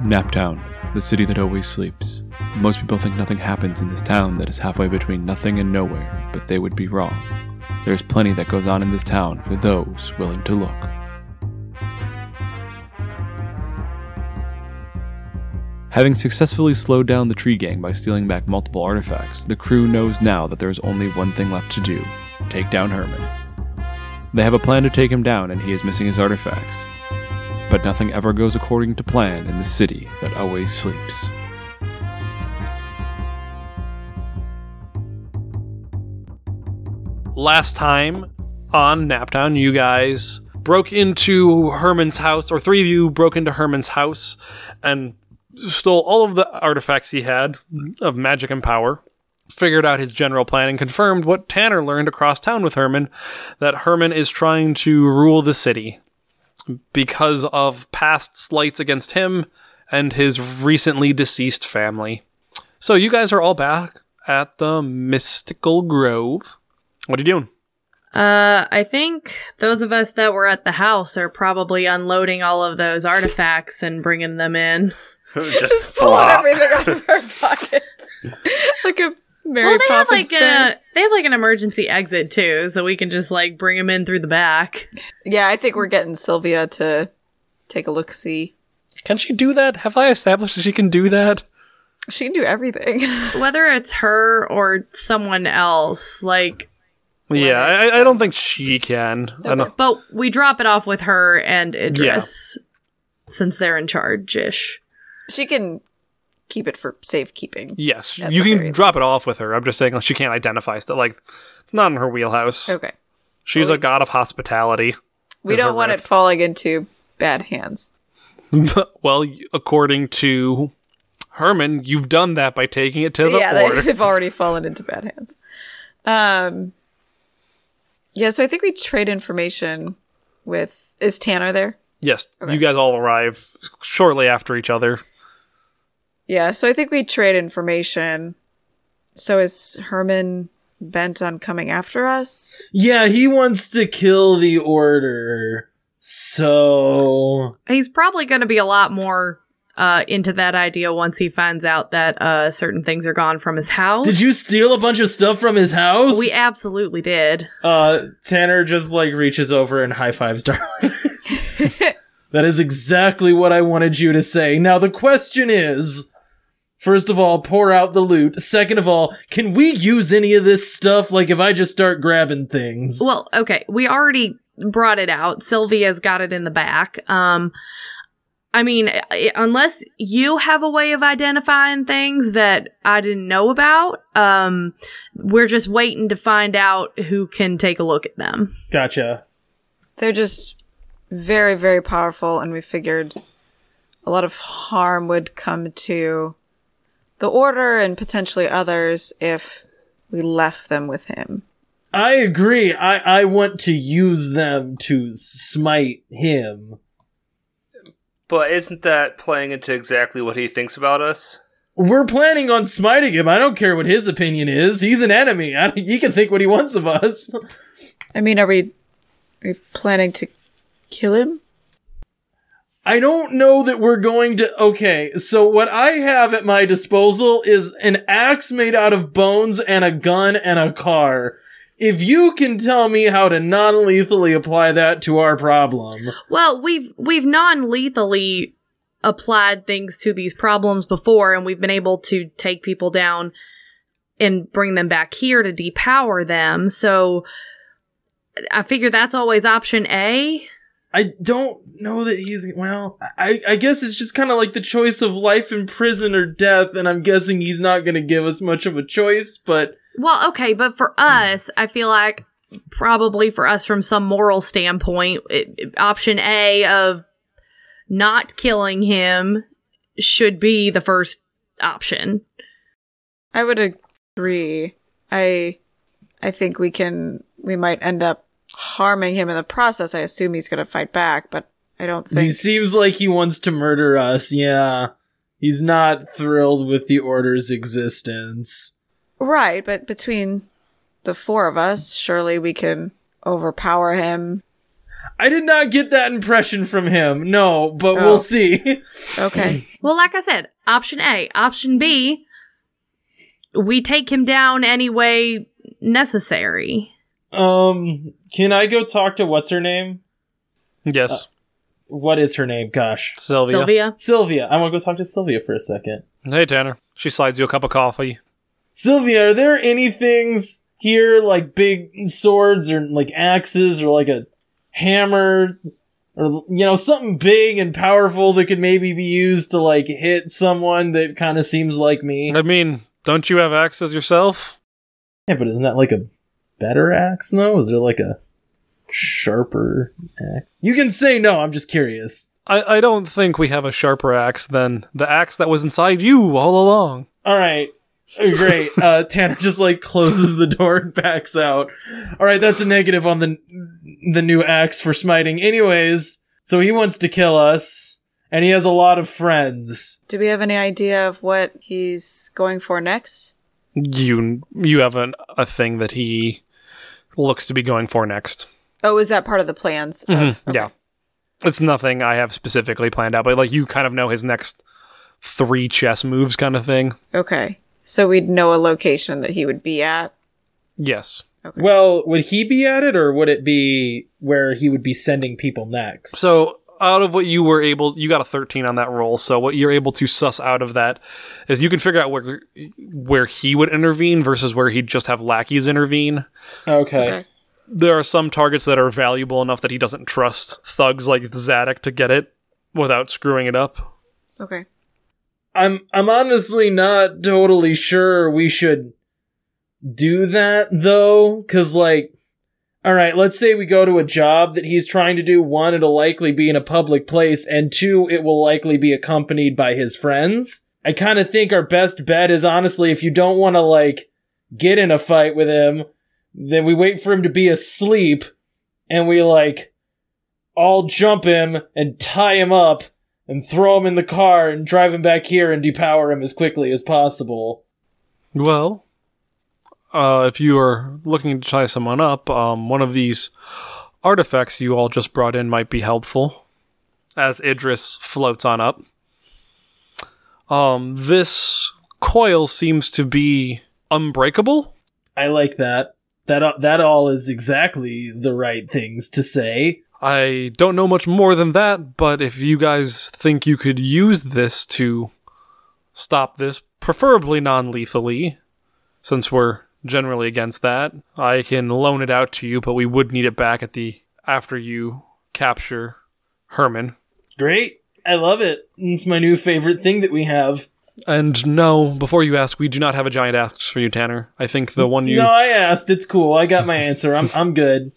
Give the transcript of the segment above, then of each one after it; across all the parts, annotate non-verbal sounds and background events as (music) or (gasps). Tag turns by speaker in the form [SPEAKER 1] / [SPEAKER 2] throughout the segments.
[SPEAKER 1] Naptown, the city that always sleeps. Most people think nothing happens in this town that is halfway between nothing and nowhere, but they would be wrong. There is plenty that goes on in this town for those willing to look. Having successfully slowed down the tree gang by stealing back multiple artifacts, the crew knows now that there is only one thing left to do take down Herman. They have a plan to take him down, and he is missing his artifacts. But nothing ever goes according to plan in the city that always sleeps.
[SPEAKER 2] last time on Naptown, you guys broke into Herman's house, or three of you broke into Herman's house and stole all of the artifacts he had of magic and power, figured out his general plan, and confirmed what Tanner learned across town with Herman that Herman is trying to rule the city because of past slights against him and his recently deceased family. So you guys are all back at the Mystical Grove. What are you doing?
[SPEAKER 3] Uh, I think those of us that were at the house are probably unloading all of those artifacts and bringing them in.
[SPEAKER 4] (laughs) Just pulling everything out of our (laughs) pockets.
[SPEAKER 3] like a Mary well, they Poppins have like a, they have like an emergency exit too, so we can just like bring them in through the back.
[SPEAKER 4] Yeah, I think we're getting Sylvia to take a look see.
[SPEAKER 2] Can she do that? Have I established that she can do that?
[SPEAKER 4] She can do everything. (laughs)
[SPEAKER 3] Whether it's her or someone else, like
[SPEAKER 2] yeah, I, I don't think she can. I don't.
[SPEAKER 3] but we drop it off with her and Idris since they're in charge ish.
[SPEAKER 4] She can keep it for safekeeping.
[SPEAKER 2] Yes,
[SPEAKER 4] At
[SPEAKER 2] you
[SPEAKER 4] the
[SPEAKER 2] can
[SPEAKER 4] very
[SPEAKER 2] drop it
[SPEAKER 4] least.
[SPEAKER 2] off with her. I'm just saying like, she can't identify stuff. Like it's not in her wheelhouse.
[SPEAKER 4] Okay.
[SPEAKER 2] She's a god of hospitality. (laughs)
[SPEAKER 4] We
[SPEAKER 2] Is
[SPEAKER 4] don't
[SPEAKER 2] her
[SPEAKER 4] want
[SPEAKER 2] ref-
[SPEAKER 4] it falling into bad hands.
[SPEAKER 2] well, y- according to Herman, you've done that by taking it to the
[SPEAKER 4] yeah, they, (laughs)
[SPEAKER 2] order.
[SPEAKER 4] they've already fallen into bad hands. Um, yeah, so I think we trade information with. Is Tanner there?
[SPEAKER 2] yes,
[SPEAKER 4] Okay.
[SPEAKER 2] you guys all arrive shortly after each other.
[SPEAKER 4] Yeah, so I think we trade information. So is Herman bent on coming after us?
[SPEAKER 5] Yeah, he wants to kill the order. So
[SPEAKER 3] He's probably going to be a lot more uh, into that idea once he finds out that uh, certain things are gone from his house.
[SPEAKER 5] did you steal a bunch of stuff from his house?
[SPEAKER 3] We absolutely did.
[SPEAKER 5] uh Tanner just like reaches over and high fives darling. (laughs) that is exactly what I wanted you to say. Now the question is First of all, pour out the loot. Second of all, can we use any of this stuff? Like, if I just start grabbing things,
[SPEAKER 3] Well, okay, we already brought it out. Sylvia's got it in the back. Um, I mean, i- unless you have a way of identifying things that I didn't know about, um, we're just waiting to find out who can take a look at them.
[SPEAKER 5] gotcha.
[SPEAKER 4] They're just very, very powerful, and we figured a lot of harm would come to the order and potentially others if we left them with him.
[SPEAKER 5] I agree. I I want to use them to smite him.
[SPEAKER 6] But isn't that playing into exactly what he thinks about us?
[SPEAKER 5] We're planning on smiting him. I don't care what his opinion is. He's an enemy. I, he can think what he wants of us.
[SPEAKER 4] I mean, are we are we planning to kill him?
[SPEAKER 5] I don't know that we're going to. Okay, so what I have at my disposal is an axe made out of bones and a gun and a car. If you can tell me how to non lethally apply that to our problem,
[SPEAKER 3] Well, we've we've non-lethally applied things to these problems before and we've been able to take people down and bring them back here to depower them. So I figure that's always option A.
[SPEAKER 5] I don't know that he's. Well, I, I guess it's just kind of like the choice of life in prison or death, and I'm guessing he's not going to give us much of a choice, but
[SPEAKER 3] Well, okay, but for us, I feel like probably for us from some moral standpoint, it, it- option A of not killing him should be the first option.
[SPEAKER 4] I would agree. I I think we can we might end up harming him in the process. I assume he's going to fight back, but I don't think
[SPEAKER 5] He seems like he wants to murder us, yeah. He's not thrilled with the Order's existence.
[SPEAKER 4] Right, but between the four of us, surely we can overpower him.
[SPEAKER 5] I did not get that impression from him. No, but
[SPEAKER 4] Oh.
[SPEAKER 5] we'll see. (laughs)
[SPEAKER 4] Okay.
[SPEAKER 3] Well, like I said, option A. Option B, we take him down any way necessary.
[SPEAKER 5] Um, can I go talk to what's her name?
[SPEAKER 2] Yes,
[SPEAKER 4] Uh,
[SPEAKER 5] What is her name? Gosh,
[SPEAKER 2] Sylvia.
[SPEAKER 3] Sylvia.
[SPEAKER 5] Sylvia. I want to go talk to Sylvia for a second.
[SPEAKER 2] Hey, Tanner. She slides you a cup of coffee.
[SPEAKER 5] Sylvia, are there any things here like big swords or like axes or like a hammer or you know something big and powerful that could maybe be used to like hit someone that kind of seems like me?
[SPEAKER 2] I mean, don't you have axes yourself?
[SPEAKER 5] Yeah, but isn't that like a better axe though? Is there like a sharper axe? You can say no, I'm just curious.
[SPEAKER 2] I, I don't think we have a sharper axe than the axe that was inside you all along.
[SPEAKER 5] All right. Great. Uh, Tanner just like closes the door and backs out. All right, that's a negative on the the new axe for smiting. Anyways, so he wants to kill us, and he has a lot of friends.
[SPEAKER 4] Do we have any idea of what he's going for next?
[SPEAKER 2] You you have an, a thing that he looks to be going for next. Hmm,
[SPEAKER 4] Oh, is that part of the plans? Oh, of-
[SPEAKER 2] Mm-hmm. Yeah. It's nothing I have specifically planned out, but like you kind of know his next three chess moves kind of thing.
[SPEAKER 4] Okay. So we'd know a location that he would be at.
[SPEAKER 2] Yes.
[SPEAKER 5] Well, would he be at it, or would it be where he would be sending people next?
[SPEAKER 2] So out of what you were able you got a 13 on that roll so what you're able to suss out of that is you can figure out where where he would intervene versus where he'd just have lackeys intervene
[SPEAKER 5] Okay.
[SPEAKER 4] Okay.
[SPEAKER 2] there are some targets that are valuable enough that he doesn't trust thugs like Zadok to get it without screwing it up.
[SPEAKER 4] Okay.
[SPEAKER 5] I'm I'm honestly not totally sure we should do that though, because like, all right, let's say we go to a job that he's trying to do. One, it'll likely be in a public place, and two, it will likely be accompanied by his friends. I kind of think our best bet is honestly, if you don't want to like get in a fight with him, then we wait for him to be asleep, and we like all jump him and tie him up and throw him in the car and drive him back here and depower him as quickly as possible.
[SPEAKER 2] Well, uh, if you are looking to tie someone up, um, one of these artifacts you all just brought in might be helpful. As Idris floats on up, um, this coil seems to be unbreakable.
[SPEAKER 5] I like that. That uh, that all is exactly the right things to say.
[SPEAKER 2] I don't know much more than that, but if you guys think you could use this to stop this, preferably non lethally, since we're generally against that, I can loan it out to you, but we would need it back at the after you capture Herman.
[SPEAKER 5] Great. I love it. It's my new favorite thing that we have.
[SPEAKER 2] And no, before you ask, we do not have a giant axe for you, Tanner. I think the one you
[SPEAKER 5] No, I asked. It's cool. I got my answer. I'm I'm good.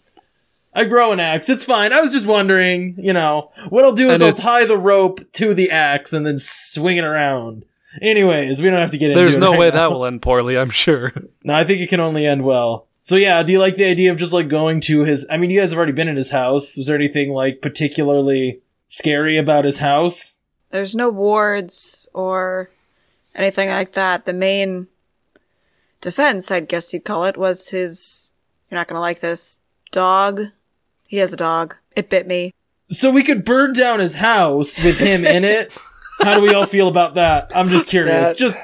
[SPEAKER 5] I grow an axe. It's fine. I was just wondering, you know, what I'll do is
[SPEAKER 2] And
[SPEAKER 5] I'll
[SPEAKER 2] it's-
[SPEAKER 5] tie the rope to the axe and then swing it around. Anyways, we don't have to get into
[SPEAKER 2] there's
[SPEAKER 5] it
[SPEAKER 2] no
[SPEAKER 5] right
[SPEAKER 2] way
[SPEAKER 5] now.
[SPEAKER 2] that will end poorly, I'm sure.
[SPEAKER 5] No, I think it can only end well. So yeah, do you like the idea of just like going to his? I mean, you guys have already been in his house. Was there anything like particularly scary about his house?
[SPEAKER 4] There's no wards or anything like that. The main defense, I guess you'd call it, was his. You're not gonna like this dog. He has a dog. It bit me.
[SPEAKER 5] So we could burn down his house with him in it. How do we all feel about that? I'm just curious.
[SPEAKER 6] That-
[SPEAKER 5] just,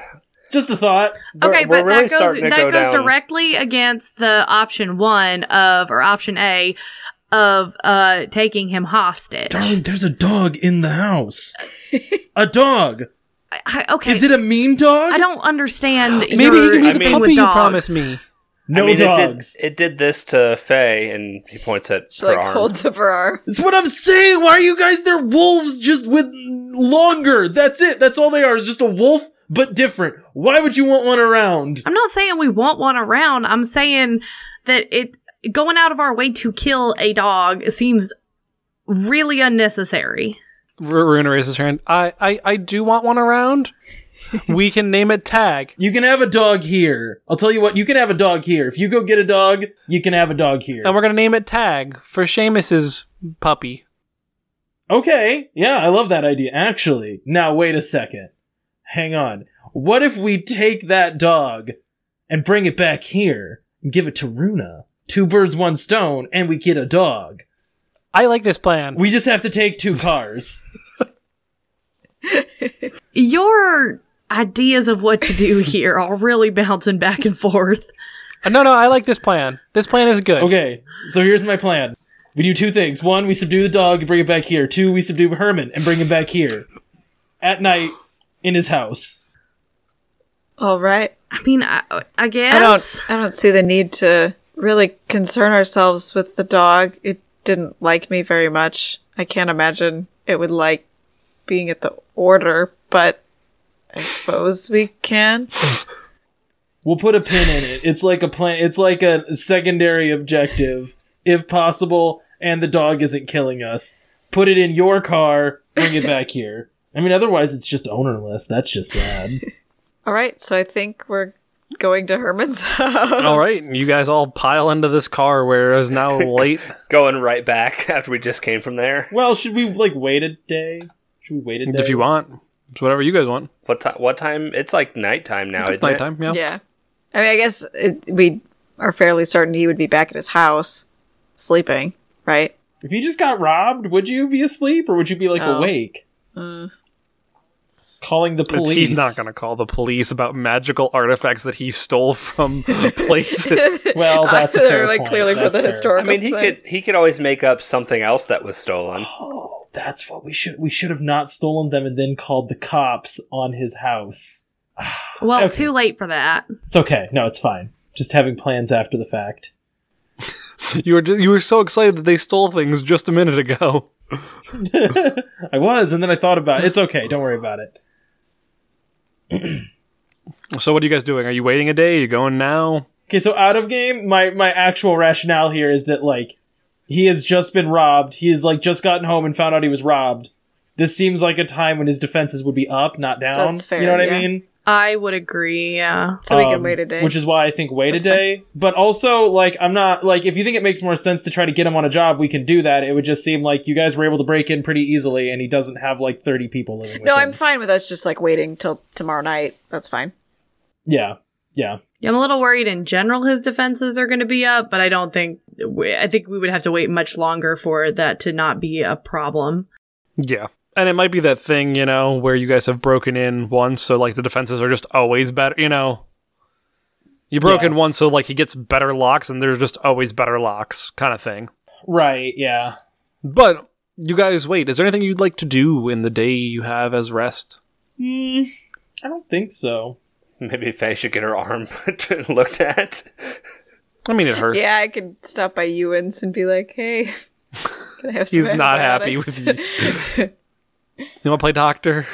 [SPEAKER 5] just a thought.
[SPEAKER 3] okay,
[SPEAKER 6] we're
[SPEAKER 3] but
[SPEAKER 6] really
[SPEAKER 3] that goes
[SPEAKER 6] starting to
[SPEAKER 3] that
[SPEAKER 6] go
[SPEAKER 3] goes
[SPEAKER 6] down.
[SPEAKER 3] directly against the option one of or option A of uh taking him hostage.
[SPEAKER 5] Darling, there's a dog in the house. a dog.
[SPEAKER 3] I- okay.
[SPEAKER 5] Is it a mean dog?
[SPEAKER 3] I don't understand.
[SPEAKER 2] (gasps)
[SPEAKER 3] Maybe
[SPEAKER 2] he can be
[SPEAKER 6] I
[SPEAKER 2] the
[SPEAKER 6] mean-
[SPEAKER 2] puppy you promised me.
[SPEAKER 5] no
[SPEAKER 6] I mean,
[SPEAKER 5] dogs.
[SPEAKER 6] It did, it did this to Faye, and he points at
[SPEAKER 4] She
[SPEAKER 6] her
[SPEAKER 4] like
[SPEAKER 6] arm.
[SPEAKER 4] holds up her arm.
[SPEAKER 5] That's what I'm saying. Why are you guys? They're wolves, just with longer. That's it. That's all they are. Is just a wolf, but different. Why would you want one around?
[SPEAKER 3] I'm not saying we want one around. I'm saying that it going out of our way to kill a dog seems really unnecessary.
[SPEAKER 2] Runa raises her hand. I, I, I do want one around. we can name it Tag.
[SPEAKER 5] You can have a dog here. I'll tell you what. You can have a dog here. If you go get a dog, you can have a dog here.
[SPEAKER 2] And we're gonna name it Tag for Seamus's puppy.
[SPEAKER 5] Okay. Yeah, I love that idea. Actually, now wait a second. Hang on. What if we take that dog and bring it back here and give it to Runa? Two birds, one stone, and we get a dog.
[SPEAKER 2] I like this plan.
[SPEAKER 5] We just have to take two cars.
[SPEAKER 3] Your ideas of what to do (laughs) here are really bouncing back and forth.
[SPEAKER 2] Uh, no, no, I like this plan. This plan is good.
[SPEAKER 5] Okay, so here's my plan. We do two things. One, we subdue the dog and bring it back here. Two, we subdue Herman and bring him back here. At night, in his house.
[SPEAKER 4] All right.
[SPEAKER 3] I mean, I, I guess.
[SPEAKER 4] I don't I don't see the need to really concern ourselves with the dog. It didn't like me very much. I can't imagine it would like being at the order, but I suppose we can.
[SPEAKER 5] We'll put a pin in it. It's like a plan it's like a secondary objective, if possible, and the dog isn't killing us. Put it in your car, bring it back here. I mean otherwise it's just ownerless. That's just sad.
[SPEAKER 4] All right, so I think we're going to Herman's (laughs) house.
[SPEAKER 2] All right, you guys all pile into this car where it is
[SPEAKER 5] (laughs)
[SPEAKER 2] now late.
[SPEAKER 6] (laughs) Going right back (laughs) after we just came from there.
[SPEAKER 5] well, should we like wait a day? Should we wait a day?
[SPEAKER 2] if you want. It's whatever you guys want.
[SPEAKER 6] What time? What time? It's like nighttime now.
[SPEAKER 2] It's
[SPEAKER 6] isn't it?
[SPEAKER 2] nighttime, yeah.
[SPEAKER 4] Yeah. I mean, I guess it, we are fairly certain he would be back at his house sleeping, right?
[SPEAKER 5] If you just got robbed, would you be asleep or would you be like
[SPEAKER 4] Oh.
[SPEAKER 5] awake? Calling the
[SPEAKER 2] It's-
[SPEAKER 5] police.
[SPEAKER 2] He's not
[SPEAKER 5] (laughs)
[SPEAKER 2] going to call the police about magical artifacts that he stole from (laughs)
[SPEAKER 5] (laughs)
[SPEAKER 2] places.
[SPEAKER 5] Well,
[SPEAKER 4] (laughs)
[SPEAKER 5] that's a fair
[SPEAKER 4] like
[SPEAKER 5] point.
[SPEAKER 4] clearly for
[SPEAKER 5] That's
[SPEAKER 4] the
[SPEAKER 5] fair.
[SPEAKER 6] I
[SPEAKER 4] historical.
[SPEAKER 6] mean, he
[SPEAKER 4] side.
[SPEAKER 6] could he could always make up something else that was stolen.
[SPEAKER 5] Oh, that's what we should we should have not stolen them and then called the cops on his house.
[SPEAKER 3] Well,
[SPEAKER 5] Okay.
[SPEAKER 3] too late for that.
[SPEAKER 5] It's okay. No, it's fine. Just having plans after the fact.
[SPEAKER 2] you were ju- you were so excited that they stole things just a minute ago.
[SPEAKER 5] I was, and then I thought about it. It's okay. Don't worry about it.
[SPEAKER 2] So what are you guys doing? Are you waiting a day? Are you going now?
[SPEAKER 5] Okay, so out of game, my my actual rationale here is that like he has just been robbed. He has like just gotten home and found out he was robbed. This seems like a time when his defenses would be up, not down.
[SPEAKER 4] That's fair,
[SPEAKER 5] You know what I
[SPEAKER 4] yeah.
[SPEAKER 5] mean?
[SPEAKER 3] I would agree. Yeah.
[SPEAKER 4] so we can
[SPEAKER 5] Um,
[SPEAKER 4] wait a day.
[SPEAKER 5] Which is why I think wait
[SPEAKER 4] That's
[SPEAKER 5] a day. But also, like, I'm not like if you think it makes more sense to try to get him on a job, we can do that. It would just seem like you guys were able to break in pretty easily, and he doesn't have like 30 people living. With
[SPEAKER 4] no,
[SPEAKER 5] him.
[SPEAKER 4] I'm fine with us just like waiting till tomorrow night. That's fine.
[SPEAKER 5] yeah, yeah.
[SPEAKER 3] Yeah, I'm a little worried in general his defenses are going to be up, but I don't think we, I think we would have to wait much longer for that to not be a problem.
[SPEAKER 2] Yeah. And it might be that thing, you know, where you guys have broken in once, so like the defenses are just always better, you know. You broke in
[SPEAKER 5] Yeah.
[SPEAKER 2] once, so like he gets better locks, and there's just always better locks, kind of thing.
[SPEAKER 5] Right, yeah.
[SPEAKER 2] But you guys, wait. Is there anything you'd like to do in the day you have as rest?
[SPEAKER 5] Hmm,
[SPEAKER 4] Mm.
[SPEAKER 5] I don't think so.
[SPEAKER 6] Maybe Faye should get her arm (laughs) looked at.
[SPEAKER 2] I mean, it hurts.
[SPEAKER 4] Yeah, I could stop by Ewan's and be like, "Hey, (laughs) can I have some
[SPEAKER 2] He's not happy
[SPEAKER 4] (laughs)
[SPEAKER 2] with you. You want to play doctor?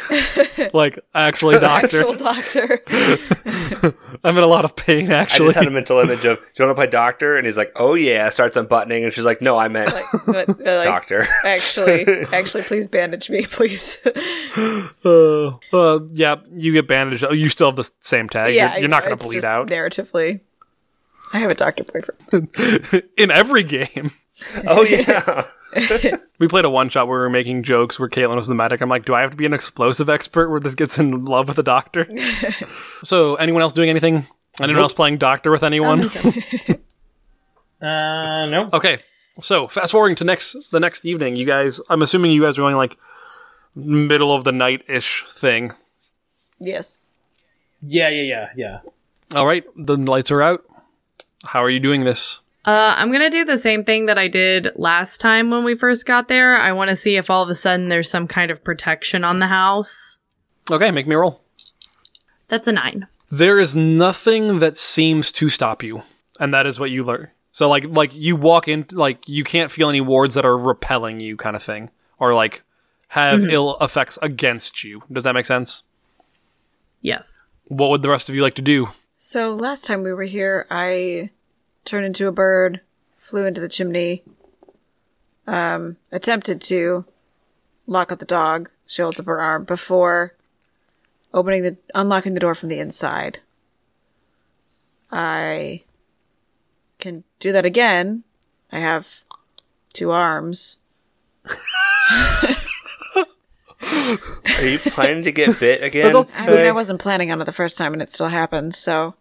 [SPEAKER 2] like, actually, doctor.
[SPEAKER 4] Actual doctor.
[SPEAKER 2] I'm in a lot of pain.
[SPEAKER 6] I
[SPEAKER 2] Actually,
[SPEAKER 6] just had a mental image of, do you want to play doctor? And he's like, oh yeah, starts unbuttoning. And she's like, no, I meant
[SPEAKER 4] But, but, like,
[SPEAKER 6] (laughs) doctor.
[SPEAKER 4] Actually, actually, please bandage me, please.
[SPEAKER 2] uh, (laughs) uh, yeah, you get bandaged. Oh, you still have the s- same tag.
[SPEAKER 4] yeah,
[SPEAKER 2] you're, you're not
[SPEAKER 4] I
[SPEAKER 2] going
[SPEAKER 4] know, it's
[SPEAKER 2] to bleed
[SPEAKER 4] just
[SPEAKER 2] out
[SPEAKER 4] Narratively, I have a doctor boyfriend.
[SPEAKER 2] in every game.
[SPEAKER 6] (laughs) oh yeah.
[SPEAKER 2] (laughs) We played a one shot where we were making jokes where Caitlin was the medic. I'm like, do I have to be an explosive expert where this gets in love with a
[SPEAKER 6] (laughs)
[SPEAKER 2] doctor? so, anyone else doing anything? Anyone else playing doctor with anyone?
[SPEAKER 5] Uh, no.
[SPEAKER 2] Okay. So fast forwarding to next the next evening, you guys I'm assuming you guys are going like middle of the night ish thing.
[SPEAKER 4] Yes.
[SPEAKER 5] Yeah, yeah, yeah, yeah.
[SPEAKER 2] Alright, the lights are out. How are you doing this?
[SPEAKER 3] Uh, I'm gonna do the same thing that I did last time when we first got there. I want to see if all of a sudden there's some kind of protection on the house.
[SPEAKER 2] Okay, make me roll.
[SPEAKER 3] That's a nine.
[SPEAKER 2] There is nothing that seems to stop you. And that is what you learn. So like like you walk in like you can't feel any wards that are repelling you kind of thing. Or like have ill effects against you. Does that make sense?
[SPEAKER 3] Yes.
[SPEAKER 2] What would the rest of you like to do?
[SPEAKER 4] So last time we were here, I turned into a bird, flew into the chimney, um, attempted to lock up the dog. She holds up her arm before opening the unlocking the door from the inside. I can do that again. I have two arms.
[SPEAKER 6] Are you planning to
[SPEAKER 2] (laughs)
[SPEAKER 6] get bit again?
[SPEAKER 2] That's also-
[SPEAKER 4] I mean, I wasn't planning on it the first time, and it still happened. So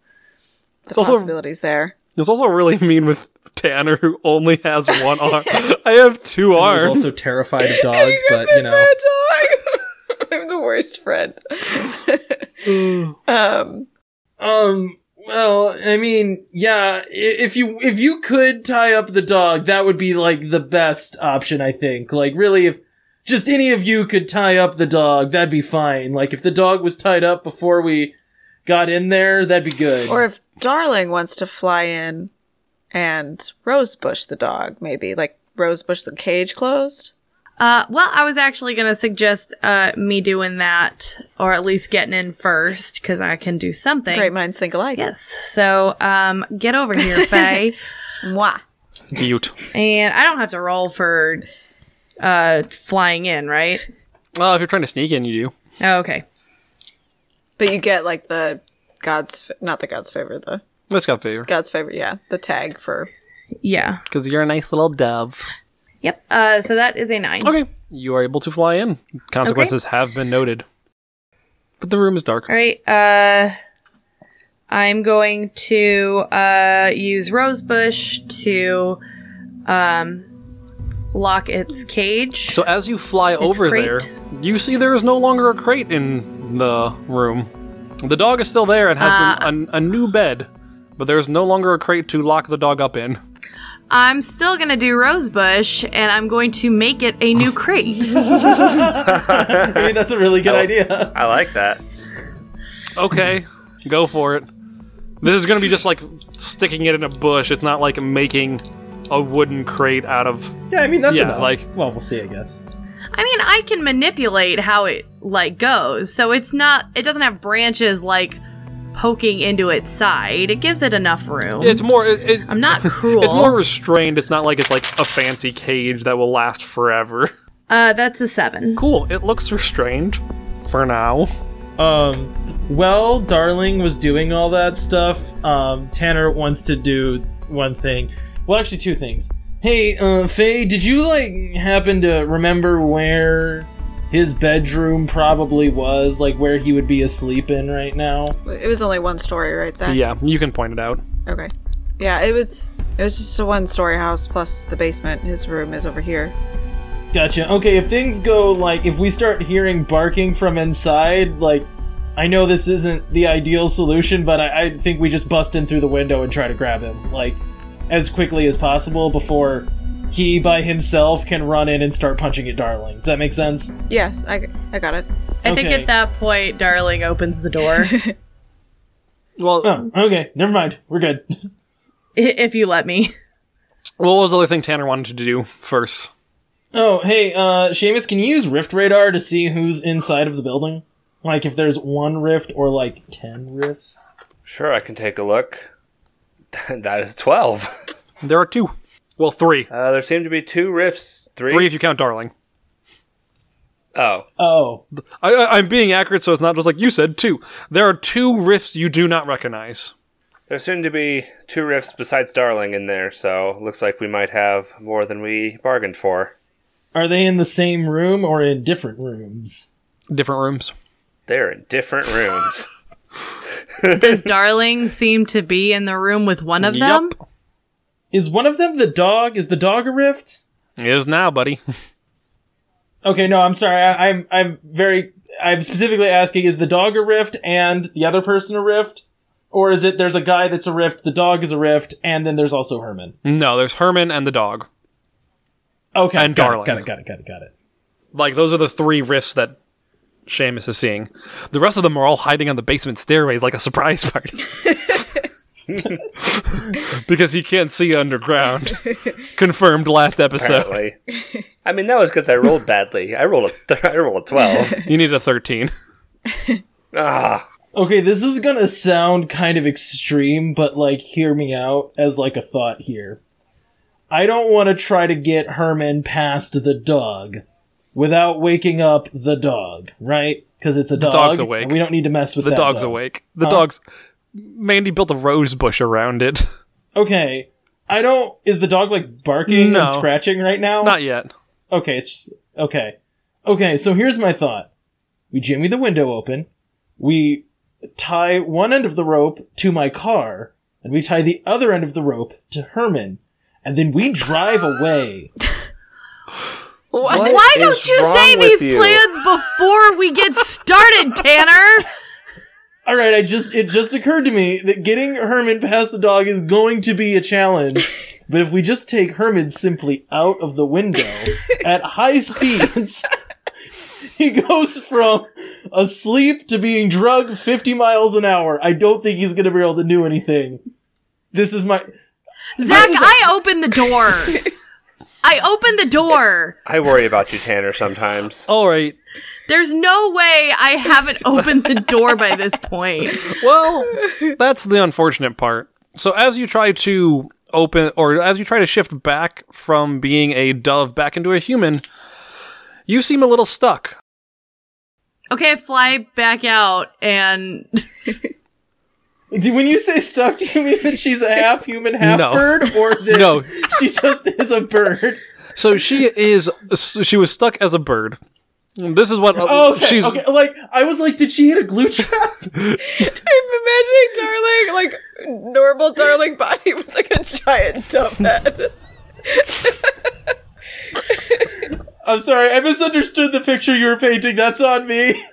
[SPEAKER 4] the
[SPEAKER 2] also-
[SPEAKER 4] possibilities there.
[SPEAKER 2] It's also really (laughs) mean with Tanner, who only has one arm. I have two
[SPEAKER 5] I was
[SPEAKER 2] arms. (laughs)
[SPEAKER 5] also terrified of dogs, but you know,
[SPEAKER 4] dog. (laughs) I'm the worst
[SPEAKER 5] (sighs)
[SPEAKER 4] friend. um,
[SPEAKER 5] um, well, I mean, yeah, i- if you if you could tie up the dog, that would be like the best option, I think. Like, really, if just any of you could tie up the dog, that'd be fine. Like, if the dog was tied up before we got in there, that'd be good.
[SPEAKER 4] or if Darling wants to fly in and Rosebush the dog, maybe like Rosebush the cage closed.
[SPEAKER 3] Uh, well, I was actually going to suggest uh, me doing that, or at least getting in first, because I can do something.
[SPEAKER 4] Great minds think alike.
[SPEAKER 3] Yes. So, um, get over here, Faye.
[SPEAKER 4] Mwah.
[SPEAKER 2] Cute.
[SPEAKER 3] and I don't have to roll for uh, flying in, right?
[SPEAKER 2] Well, if you're trying to sneak in, you do.
[SPEAKER 3] Oh, okay.
[SPEAKER 4] But you get like the God's, f- not the God's favor, the
[SPEAKER 2] That's got favor.
[SPEAKER 4] God's favor. Yeah, the tag for
[SPEAKER 3] Yeah.
[SPEAKER 2] Because you're a nice little dove.
[SPEAKER 3] Yep. Uh, so that is a nine.
[SPEAKER 2] Okay. You are able to fly in. Consequences have been noted. But the room is dark.
[SPEAKER 3] All right. Uh, I'm going to uh, use Rosebush to um, lock its cage.
[SPEAKER 2] So as you fly over
[SPEAKER 3] crate.
[SPEAKER 2] there, you see there is no longer a crate in the room. The dog is still there and has an, a, a new bed, but there is no longer a crate to lock the dog up in.
[SPEAKER 3] I'm still gonna do Rosebush, and I'm going to make it a new crate.
[SPEAKER 5] I mean, that's a
[SPEAKER 2] (laughs)
[SPEAKER 5] really good idea. (laughs)
[SPEAKER 6] I like that.
[SPEAKER 2] Okay, go for it. This is going to be just like sticking it in a bush. It's not like making a wooden crate out of.
[SPEAKER 5] Yeah, I mean that's
[SPEAKER 2] Yeah,
[SPEAKER 5] enough.
[SPEAKER 2] like-
[SPEAKER 5] well, we'll see, I guess.
[SPEAKER 3] I mean, I can manipulate how it like goes, so it's not. It doesn't have branches like poking into its side. It gives it enough room.
[SPEAKER 2] It's more. It, it,
[SPEAKER 3] I'm not cruel.
[SPEAKER 2] it's more restrained. It's not like it's like a fancy cage that will last forever. (laughs)
[SPEAKER 3] uh, that's a seven.
[SPEAKER 2] Cool. It looks restrained for now.
[SPEAKER 5] Um, well, Darling was doing all that stuff. Um, Tanner wants to do one thing. Well, actually, two things. Hey, uh, Faye, did you like happen to remember where his bedroom probably was? Like where he would be asleep in right now?
[SPEAKER 4] It was only one story, right, Zach?
[SPEAKER 2] Yeah, you can point it out.
[SPEAKER 4] Okay. Yeah, it was it was just a one story house plus the basement. His room is over here.
[SPEAKER 5] Gotcha. Okay, if things go like if we start hearing barking from inside, like I know this isn't the ideal solution, but I, I think we just bust in through the window and try to grab him, like as quickly as possible before he by himself can run in and start punching at Darling. Does that make sense?
[SPEAKER 4] Yes, I, I got it.
[SPEAKER 3] I think
[SPEAKER 5] Okay.
[SPEAKER 3] at that point, Darling opens the door. I-
[SPEAKER 2] Well,
[SPEAKER 5] Oh, okay. Never mind. We're good. (laughs)
[SPEAKER 3] if you let me.
[SPEAKER 2] What was the other thing Tanner wanted to do first?
[SPEAKER 5] Oh, hey, uh, Seamus, can you use Rift Radar to see who's inside of the building? Like if there's one rift or like ten rifts?
[SPEAKER 6] Sure, I can take a look. (laughs) that is 12.
[SPEAKER 2] There are two. Well, three.
[SPEAKER 6] Uh, there seem to be two rifts. Three?
[SPEAKER 2] Three if you count Darling.
[SPEAKER 6] Oh.
[SPEAKER 5] Oh,
[SPEAKER 2] I, I, I'm being accurate, so it's not just like you said, two. There are two rifts you do not recognize.
[SPEAKER 6] There seem to be two rifts besides Darling in there, so looks like we might have more than we bargained for.
[SPEAKER 5] are they in the same room or in different rooms?
[SPEAKER 2] Different rooms.
[SPEAKER 6] They're in
[SPEAKER 3] (laughs)
[SPEAKER 6] different rooms.
[SPEAKER 3] Does Darling seem to be in the room with one of them?
[SPEAKER 2] Yup.
[SPEAKER 5] Is one of them the dog? Is the dog a rift?
[SPEAKER 2] It is now, buddy. (laughs)
[SPEAKER 5] Okay, no, I'm sorry. I, I'm I'm very I'm specifically asking: is the dog a rift and the other person a rift, or is it there's a guy that's a rift, the dog is a rift, and then there's also Herman?
[SPEAKER 2] No, there's Herman and the dog.
[SPEAKER 5] Okay,
[SPEAKER 2] And
[SPEAKER 5] got
[SPEAKER 2] Darling.
[SPEAKER 5] It, got it. Got it. Got it. Got it.
[SPEAKER 2] Like, those are the three rifts that Seamus is seeing. The rest of them are all hiding on the basement stairways like a surprise party. (laughs) because he can't see underground. Confirmed last episode.
[SPEAKER 6] apparently. I mean, that was because I rolled badly. I rolled a, I rolled
[SPEAKER 3] (laughs)
[SPEAKER 6] a 12.
[SPEAKER 2] You need a 13.
[SPEAKER 6] Ah.
[SPEAKER 5] Okay, this is gonna sound kind of extreme, but like, hear me out as like a thought here. I don't want to try to get Herman past the dog without waking up the dog, right? Because it's a dog.
[SPEAKER 2] dog's awake.
[SPEAKER 5] and we don't need to mess with
[SPEAKER 2] The
[SPEAKER 5] that
[SPEAKER 2] dog's
[SPEAKER 5] dog.
[SPEAKER 2] awake. The dog's. Mandy built a rose bush around it. (laughs)
[SPEAKER 5] Okay, I don't. Is the dog like barking
[SPEAKER 2] No.
[SPEAKER 5] and scratching right now?
[SPEAKER 2] Not yet.
[SPEAKER 5] Okay, it's just okay. Okay, so here's my thought. We jimmy the window open, we tie one end of the rope to my car, and we tie the other end of the rope to Herman, and then we drive away.
[SPEAKER 4] What?
[SPEAKER 3] Why
[SPEAKER 6] is
[SPEAKER 3] don't you
[SPEAKER 6] wrong
[SPEAKER 3] say
[SPEAKER 6] with
[SPEAKER 3] these
[SPEAKER 6] you?
[SPEAKER 3] plans before we get started, Tanner?
[SPEAKER 5] All right, I just it just occurred to me that getting Herman past the dog is going to be a challenge. But if we just take Herman simply out of the window at high speeds, (laughs) he goes from asleep to being drugged 50 miles an hour. I don't think he's going to be able to do anything. This is my
[SPEAKER 3] Zach, I opened the door. I opened the door.
[SPEAKER 6] I worry about you, Tanner, sometimes.
[SPEAKER 2] All right.
[SPEAKER 3] There's no way I haven't opened the door by this point.
[SPEAKER 2] Well, (laughs) that's the unfortunate part. So as you try to open or as you try to shift back from being a dove back into a human, you seem a little stuck.
[SPEAKER 3] Okay, I fly back out and (laughs)
[SPEAKER 5] When you say stuck, do you mean that she's a half human, half
[SPEAKER 2] No.
[SPEAKER 5] bird,
[SPEAKER 2] (laughs)
[SPEAKER 5] or that
[SPEAKER 2] No.
[SPEAKER 5] she just is a bird?
[SPEAKER 2] So she is she was stuck as a bird. This is what uh,
[SPEAKER 5] Okay,
[SPEAKER 2] she's
[SPEAKER 5] okay. Like I was like, did she hit a glue trap?
[SPEAKER 4] I'm imagining darling, like normal darling body with like a giant dumb head.
[SPEAKER 5] I'm sorry, I misunderstood the picture you were painting. That's on me.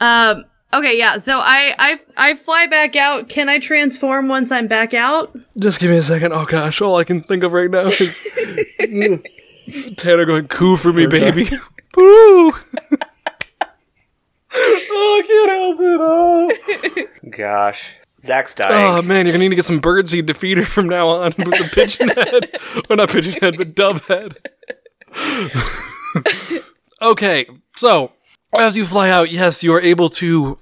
[SPEAKER 3] um okay, yeah. So I I I fly back out. Can I transform once I'm back out?
[SPEAKER 2] Just give me a second. Oh gosh, all I can think of right now is (laughs) Tanner going coo for me, baby. (laughs) Boo!
[SPEAKER 5] Oh, I can't help it. Oh.
[SPEAKER 6] Gosh. Zach's dying.
[SPEAKER 3] Um,
[SPEAKER 2] Oh man, you're gonna need to get some birdseed to feed her from now on with the pigeon head. Well, not pigeon head, but dove head. (laughs) okay, so as you fly out, yes, you are able to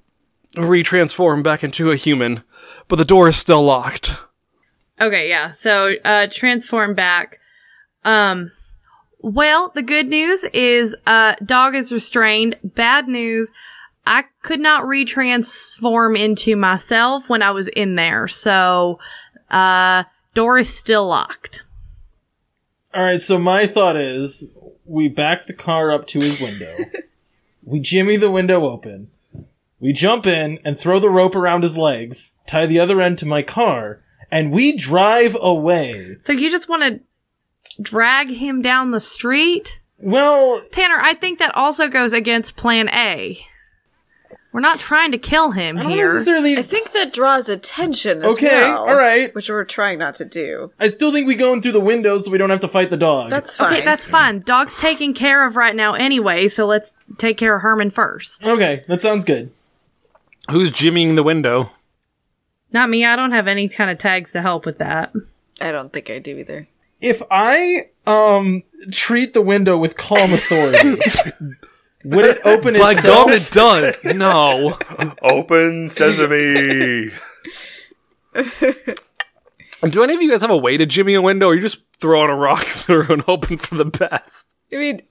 [SPEAKER 2] retransform back into a human, but the door is still locked.
[SPEAKER 3] Okay, yeah. So uh transform back. Um well, the good news is uh dog is restrained. Bad news, I could not retransform into myself when I was in there. So uh door is still locked.
[SPEAKER 5] (laughs) All right, so my thought is we back the car up to his window. (laughs) we jimmy the window open. We jump in and throw the rope around his legs, tie the other end to my car, and we drive away.
[SPEAKER 3] So you just want to drag him down the street?
[SPEAKER 5] Well,
[SPEAKER 3] Tanner, I think that also goes against plan A. We're not trying to kill him
[SPEAKER 5] I don't
[SPEAKER 3] here.
[SPEAKER 5] necessarily.
[SPEAKER 4] I think that draws attention as
[SPEAKER 5] Okay,
[SPEAKER 4] well.
[SPEAKER 5] all right.
[SPEAKER 4] Which we're trying not to do.
[SPEAKER 5] I still think we go in through the window so we don't have to fight the dog.
[SPEAKER 4] That's fine.
[SPEAKER 3] Okay, that's fine. Dog's taken care of right now anyway, so let's take care of Herman first.
[SPEAKER 5] okay. That sounds good.
[SPEAKER 2] Who's jimmying the window?
[SPEAKER 3] Not me, I don't have any kind of tags to help with that.
[SPEAKER 4] I don't think I do either.
[SPEAKER 5] if I um treat the window with calm
[SPEAKER 4] (laughs)
[SPEAKER 5] authority, would it open
[SPEAKER 2] By
[SPEAKER 5] itself?
[SPEAKER 2] God, it does. No.
[SPEAKER 3] (laughs)
[SPEAKER 6] Open sesame.
[SPEAKER 2] Do any of you guys have a way to jimmy a window, or are you just throwing a rock (laughs) through and hoping for the best?
[SPEAKER 4] I mean,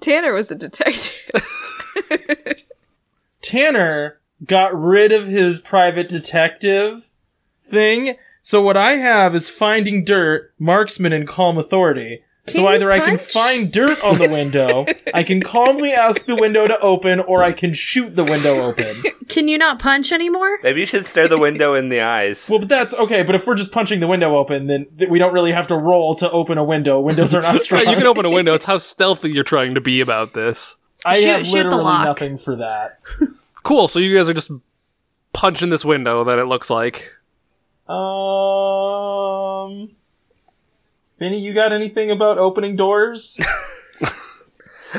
[SPEAKER 4] Tanner was a detective.
[SPEAKER 5] Tanner got rid of his private detective thing. So what I have is finding dirt, marksman, and calm authority. so
[SPEAKER 3] you
[SPEAKER 5] either I can
[SPEAKER 3] punch?
[SPEAKER 5] find dirt on the
[SPEAKER 3] (laughs)
[SPEAKER 5] window, I can calmly ask the window to open, or I can shoot the window
[SPEAKER 3] (laughs)
[SPEAKER 5] open.
[SPEAKER 3] Can you not punch anymore?
[SPEAKER 6] Maybe you should stare the window in the eyes.
[SPEAKER 5] Well, but that's okay. But if we're just punching the window open, then th- we don't really have to roll to open a window. Windows
[SPEAKER 3] (laughs)
[SPEAKER 5] are not strong.
[SPEAKER 2] Right, you can open a window. It's how stealthy you're trying to be about this.
[SPEAKER 5] I
[SPEAKER 3] Shoot-
[SPEAKER 5] have
[SPEAKER 3] shoot the
[SPEAKER 5] literally
[SPEAKER 3] lock.
[SPEAKER 5] nothing for that.
[SPEAKER 2] Cool. So you guys are just punching this window that it looks like.
[SPEAKER 5] Um, Vinny, you got anything about opening doors?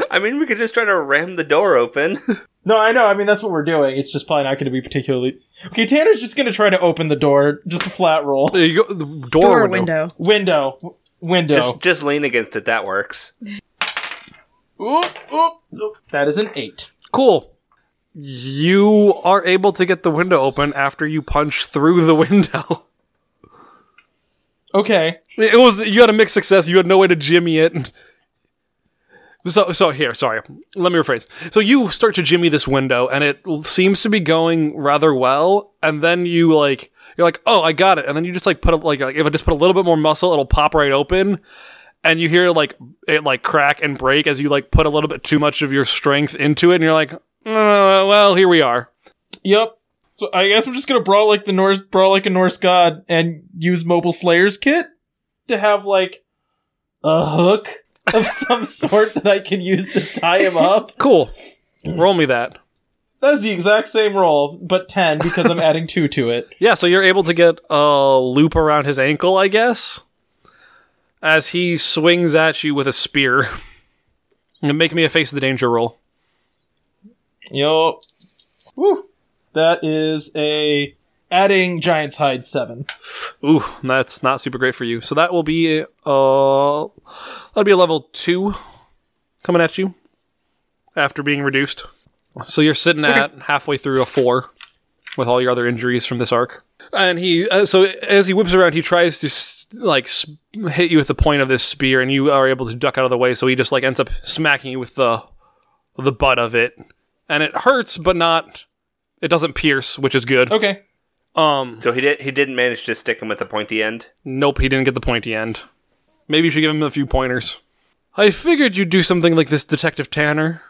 [SPEAKER 6] I mean, we could just try to ram the door open.
[SPEAKER 5] no, I know. I mean, that's what we're doing. It's just probably not going to be particularly. Okay, Tanner's just going to try to open the door. Just a flat (laughs) roll.
[SPEAKER 2] There you go. the Door, window.
[SPEAKER 5] Window. W- Window.
[SPEAKER 6] (laughs) Just, just lean against it. That works.
[SPEAKER 5] Oop, oop, oop. That is an eight.
[SPEAKER 2] Cool. You are able to get the window open after you punch through the (laughs) window.
[SPEAKER 5] Okay.
[SPEAKER 2] It was you had a mixed success. You had no way to jimmy it. (laughs) So so here, sorry. Let me rephrase. So you start to jimmy this window, and it l- seems to be going rather well. And then you like you're like, oh, I got it. And then you just like put up like, like if I just put a little bit more muscle, it'll pop right open. And you hear like it like crack and break as you like put a "Mm, little bit too much of your strength into it, and you're like, "Uh, well, here we are.
[SPEAKER 5] Yep. So I guess I'm just gonna brawl like the Norse, brawl like a Norse god, and use Mobile Slayer's kit to have like a hook of (laughs) some sort that I can use to tie him up.
[SPEAKER 2] Cool. Roll me that.
[SPEAKER 5] That's the exact same roll, but ten because I'm adding two to it.
[SPEAKER 2] Yeah, so you're able to get a loop around his ankle, I guess, as he swings at you with a spear. (laughs) And make me a face of the danger roll.
[SPEAKER 5] Yo, woo, that is a adding Giant's hide seven.
[SPEAKER 2] Ooh, that's not super great for you. So that will be uh that'll be a level two coming at you after being reduced. So you're sitting at halfway through a four with all your other injuries from this arc. And he uh, so as he whips around, he tries to s- like s hit you with the point of this spear, and you are able to duck out of the way. So he just like ends up smacking you with the the butt of it, and it hurts, but not. It doesn't pierce, which is good.
[SPEAKER 5] Okay,
[SPEAKER 2] Um,
[SPEAKER 6] So he did. He didn't manage to stick him with the pointy end.
[SPEAKER 2] Nope, he didn't get the pointy end. Maybe you should give him a few pointers. I figured you'd do something like this, Detective Tanner.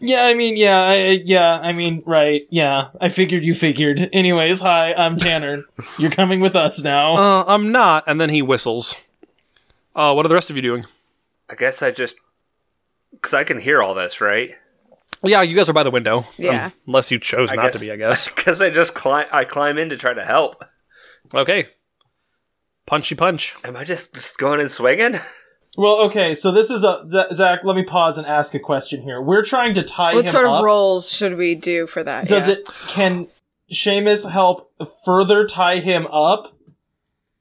[SPEAKER 5] Yeah, I mean, yeah, I, I- yeah, I mean, right, yeah. I figured you figured. Anyways, hi,
[SPEAKER 4] (laughs)
[SPEAKER 5] I'm Tanner. You're coming with us now.
[SPEAKER 2] Uh, I'm not. And then he whistles. Uh, what are the rest of you doing?
[SPEAKER 6] I guess I just because I can hear all this, right? (laughs)
[SPEAKER 2] Yeah, you guys are by the window.
[SPEAKER 4] Yeah.
[SPEAKER 2] Um, unless you chose
[SPEAKER 6] I
[SPEAKER 2] not to
[SPEAKER 6] guess-
[SPEAKER 2] be, I guess.
[SPEAKER 6] Because I just climb. I climb in to try to help.
[SPEAKER 2] Okay. Punchy punch.
[SPEAKER 6] Am I just, just going
[SPEAKER 4] (laughs)
[SPEAKER 6] and swinging?
[SPEAKER 5] well, okay, so this is a Z- Zach. Let me pause and ask a question here. We're trying to tie
[SPEAKER 4] What
[SPEAKER 5] him
[SPEAKER 4] sort
[SPEAKER 5] up.
[SPEAKER 4] of roles should we do for that?
[SPEAKER 5] Does
[SPEAKER 4] Yeah.
[SPEAKER 5] it can Seamus help further tie him up,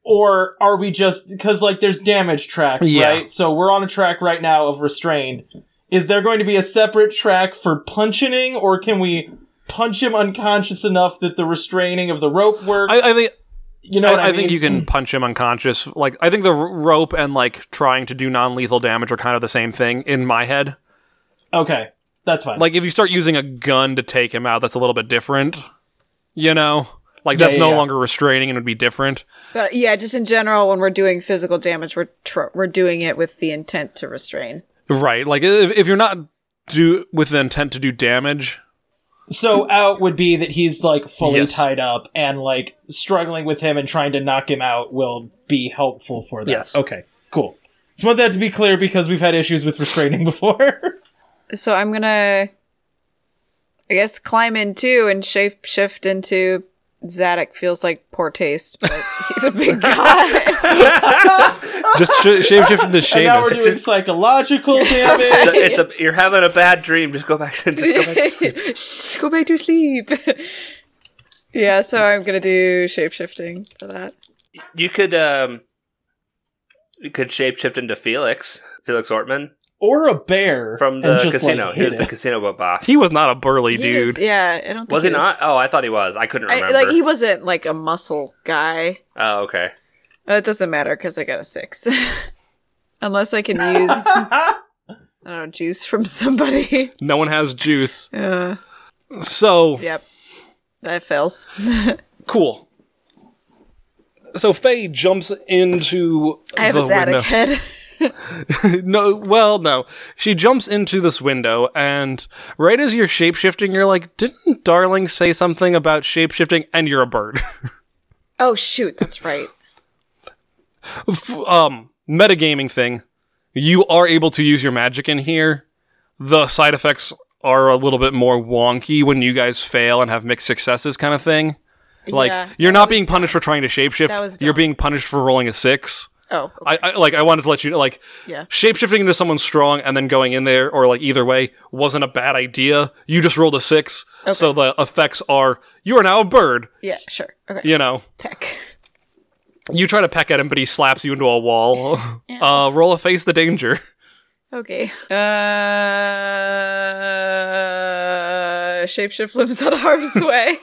[SPEAKER 5] or are we just because like there's damage tracks,
[SPEAKER 2] Yeah.
[SPEAKER 5] right? So we're on a track right now of restrained. Is there going to be a separate track for punching, or can we? Punch him unconscious enough that the restraining of the rope works.
[SPEAKER 2] I, I think
[SPEAKER 5] You know what I,
[SPEAKER 2] I, I
[SPEAKER 5] mean?
[SPEAKER 2] think you can punch him unconscious. Like I think the r- rope and like trying to do non-lethal damage are kind of the same thing in my head.
[SPEAKER 5] Okay, that's fine.
[SPEAKER 2] like if you start using a gun to take him out that's a little bit different you know like
[SPEAKER 5] Yeah,
[SPEAKER 2] that's
[SPEAKER 5] yeah,
[SPEAKER 2] no
[SPEAKER 5] yeah.
[SPEAKER 2] longer restraining and would be different
[SPEAKER 4] But yeah, just in general, when we're doing physical damage, we're tr- we're doing it with the intent to restrain.
[SPEAKER 2] right like if, if you're not do with the intent to do damage
[SPEAKER 5] so out would be that he's like fully
[SPEAKER 2] Yes.
[SPEAKER 5] tied up, and like struggling with him and trying to knock him out will be helpful for that.
[SPEAKER 2] Yes.
[SPEAKER 5] Okay. Cool. Just want that to be clear because we've had issues with restraining (laughs) before.
[SPEAKER 4] So I'm gonna, I guess, climb in too and shape shift into. Zadok feels like poor taste, but he's a
[SPEAKER 5] (laughs)
[SPEAKER 4] big guy.
[SPEAKER 2] just sh- shape shift into
[SPEAKER 5] and now we're
[SPEAKER 2] Seamus.
[SPEAKER 5] doing psychological damage.
[SPEAKER 6] it's a. You're having a bad dream. Just go back. (laughs) Just go back. to
[SPEAKER 4] (laughs)
[SPEAKER 6] sleep.
[SPEAKER 4] Shh, go back to sleep. (laughs) yeah, so I'm gonna do shape shifting for that.
[SPEAKER 6] You could. Um. You could shapeshift into Felix. Felix Ortman
[SPEAKER 5] or a bear
[SPEAKER 6] from
[SPEAKER 5] and
[SPEAKER 6] the
[SPEAKER 5] just,
[SPEAKER 6] casino.
[SPEAKER 5] Like,
[SPEAKER 6] he
[SPEAKER 5] hit
[SPEAKER 6] was the
[SPEAKER 5] it.
[SPEAKER 6] casino boat boss.
[SPEAKER 2] he was not a burly
[SPEAKER 4] He
[SPEAKER 2] dude
[SPEAKER 4] was- yeah, I don't think
[SPEAKER 6] Was he not? Oh, I thought he was. I couldn't remember.
[SPEAKER 4] I, like he wasn't like a muscle guy.
[SPEAKER 6] oh, okay.
[SPEAKER 4] Uh, It doesn't matter because I got a six. (laughs) Unless I can (laughs) use, I don't know, juice from somebody. (laughs)
[SPEAKER 2] no one has juice
[SPEAKER 4] Uh,
[SPEAKER 2] so
[SPEAKER 4] yep, that fails.
[SPEAKER 2] cool so Faye jumps into
[SPEAKER 4] I have
[SPEAKER 2] the
[SPEAKER 4] a Zadok
[SPEAKER 2] window.
[SPEAKER 4] head. (laughs)
[SPEAKER 2] No, well, no. She jumps into this window, and right as you're shapeshifting, you're like, didn't Darling say something about shapeshifting? And you're a bird.
[SPEAKER 4] Oh shoot, that's right.
[SPEAKER 2] F- um, metagaming thing. You are able to use your magic in here. The side effects are a little bit more wonky when you guys fail and have mixed successes, kind of thing. Like,
[SPEAKER 4] Yeah,
[SPEAKER 2] you're
[SPEAKER 4] that
[SPEAKER 2] not
[SPEAKER 4] was
[SPEAKER 2] being punished for trying to shapeshift,
[SPEAKER 4] That was
[SPEAKER 2] you're
[SPEAKER 4] dumb.
[SPEAKER 2] being punished for rolling a six.
[SPEAKER 4] Oh, okay.
[SPEAKER 2] I, I like I wanted to let you know like
[SPEAKER 4] Yeah.
[SPEAKER 2] shapeshifting into someone strong and then going in there or like either way wasn't a bad idea. You just rolled a six, so the effects are you are now a bird.
[SPEAKER 4] yeah, sure. Okay,
[SPEAKER 2] You know,
[SPEAKER 4] peck.
[SPEAKER 2] you try to peck at him, but he slaps you into a wall. (laughs) Uh, roll a face the danger. (laughs)
[SPEAKER 4] Okay. Uh, shapeshift lives out of (laughs) harm's way.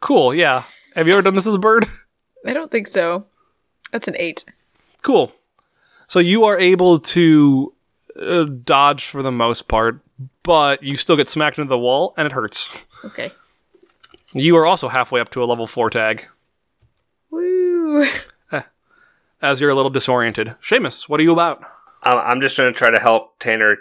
[SPEAKER 2] Cool, yeah. Have you ever done this as a bird? (laughs)
[SPEAKER 4] I don't think so. That's an eight.
[SPEAKER 2] Cool. So you are able to uh, dodge for the most part, but you still get smacked into the wall and it hurts.
[SPEAKER 4] Okay.
[SPEAKER 2] You are also halfway up to a level four tag.
[SPEAKER 4] Woo.
[SPEAKER 2] as you're a little disoriented. Seamus, what are you about?
[SPEAKER 6] I'm, I'm just going to try to help Tanner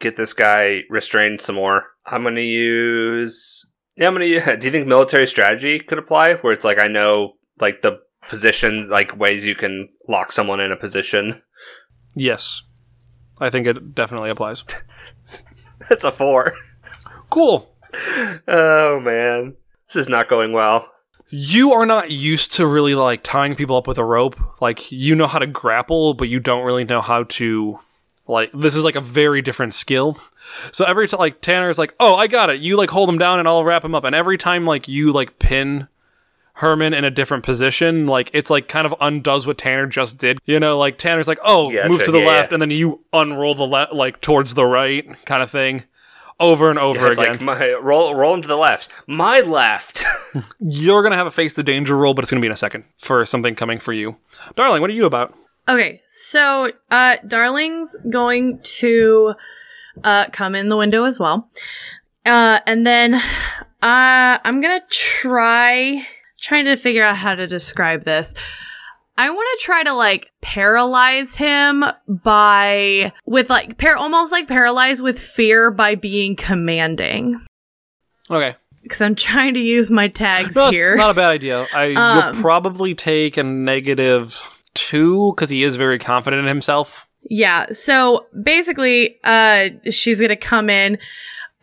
[SPEAKER 6] get this guy restrained some more. I'm going to use (laughs) Yeah, I'm gonna. Yeah. Do you think military strategy could apply? Where it's like I know like the positions, like ways you can lock someone in a position. (laughs)
[SPEAKER 2] Yes. I think it definitely applies. (laughs)
[SPEAKER 6] That's a four. (laughs)
[SPEAKER 2] Cool.
[SPEAKER 6] Oh man, this is not going well.
[SPEAKER 2] You are not used to really like tying people up with a rope. Like you know how to grapple, but you don't really know how to like this is like a very different skill. So every time like Tanner's like, "Oh, I got it. You like hold him down and I'll wrap him up." And every time like you like pin Herman in a different position, like it's like kind of undoes what Tanner just did. You know, like Tanner's like, "Oh,
[SPEAKER 6] Gotcha,
[SPEAKER 2] move to the
[SPEAKER 6] yeah,
[SPEAKER 2] left,"
[SPEAKER 6] yeah.
[SPEAKER 2] and then you unroll the left like towards the right kind of thing over and over
[SPEAKER 6] Yeah, it's
[SPEAKER 2] again.
[SPEAKER 6] like my roll, roll him to the left. My left. (laughs)
[SPEAKER 2] You're gonna have a face the danger roll, but it's gonna be in a second for something coming for you. Darling, what are you about?
[SPEAKER 3] Okay, so uh Darling's going to uh come in the window as well. Uh and then uh I'm going to try trying to figure out how to describe this. I want to try to like paralyze him by with like par- almost like paralyze with fear by being commanding
[SPEAKER 2] Okay.
[SPEAKER 3] cuz I'm trying to use my tags
[SPEAKER 2] No,
[SPEAKER 3] here.
[SPEAKER 2] it's not a bad idea. I
[SPEAKER 3] Um,
[SPEAKER 2] you'll probably take a negative two because he is very confident in himself.
[SPEAKER 3] Yeah. So basically, uh, she's gonna come in,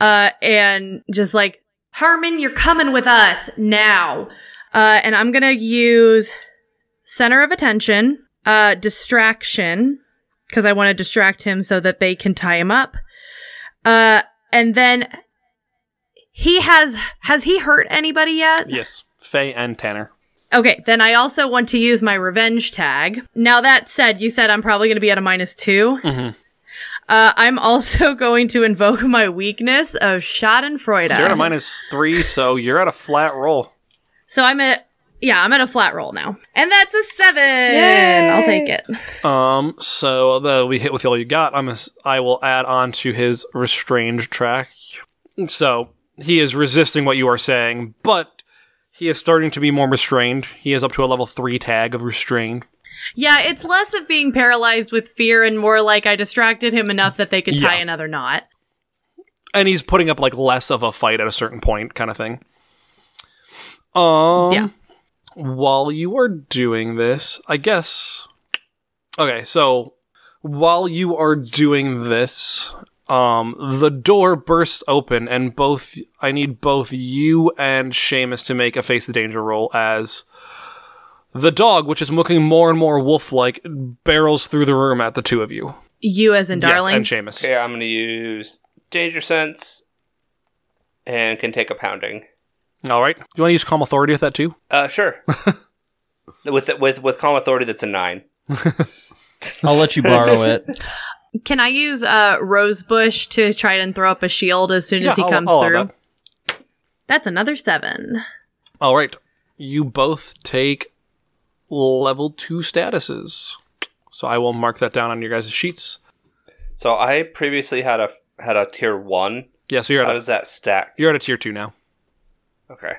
[SPEAKER 3] uh, and just like Herman, you're coming with us now. Uh, and I'm gonna use center of attention, uh, distraction, because I want to distract him so that they can tie him up. Uh, and then he has has he hurt anybody yet?
[SPEAKER 2] Yes. Faye and Tanner.
[SPEAKER 3] Okay, then I also want to use my revenge tag. Now that said, you said I'm probably going to be at a minus two.
[SPEAKER 2] Mhm.
[SPEAKER 3] Uh, I'm also (laughs) going to invoke my weakness of Schadenfreude.
[SPEAKER 2] So you're at a minus three, so you're at a flat roll.
[SPEAKER 3] So I'm at yeah, I'm at a flat roll now, and that's a seven. I'll take it.
[SPEAKER 2] Um, so though we hit with all you got, I'm ass- I will add on to his restrained track. So he is resisting what you are saying, but he is starting to be more restrained. He is up to a level three tag of restrained.
[SPEAKER 3] Yeah, it's less of being paralyzed with fear and more like I distracted him enough that they could tie
[SPEAKER 2] Yeah.
[SPEAKER 3] another knot.
[SPEAKER 2] And he's putting up like less of a fight at a certain point, kind of thing. Um
[SPEAKER 3] Yeah.
[SPEAKER 2] while you are doing this, I guess Okay, so while you are doing this, um, the door bursts open, and both I need both you and Seamus to make a face the danger roll as the dog, which is looking more and more wolf like, barrels through the room at the two of you.
[SPEAKER 3] You as in darling.
[SPEAKER 2] yes, and Seamus.
[SPEAKER 6] Okay, I'm gonna use danger sense, and can take a pounding.
[SPEAKER 2] All right, you want to use calm authority with that too?
[SPEAKER 6] Uh, sure. with with with calm authority, that's a nine.
[SPEAKER 5] I'll let you borrow it.
[SPEAKER 3] Can I use uh, Rosebush to try and throw up a shield as soon as he
[SPEAKER 2] Yeah, I'll-
[SPEAKER 3] comes
[SPEAKER 2] I'll allow
[SPEAKER 3] through?
[SPEAKER 2] that.
[SPEAKER 3] That's another seven.
[SPEAKER 2] All right. You both take level two statuses. So I will mark that down on your guys' sheets.
[SPEAKER 6] So I previously had a had a tier one.
[SPEAKER 2] Yeah, so you're
[SPEAKER 6] How
[SPEAKER 2] at a,
[SPEAKER 6] does that stack?
[SPEAKER 2] you're at a tier two now.
[SPEAKER 6] Okay.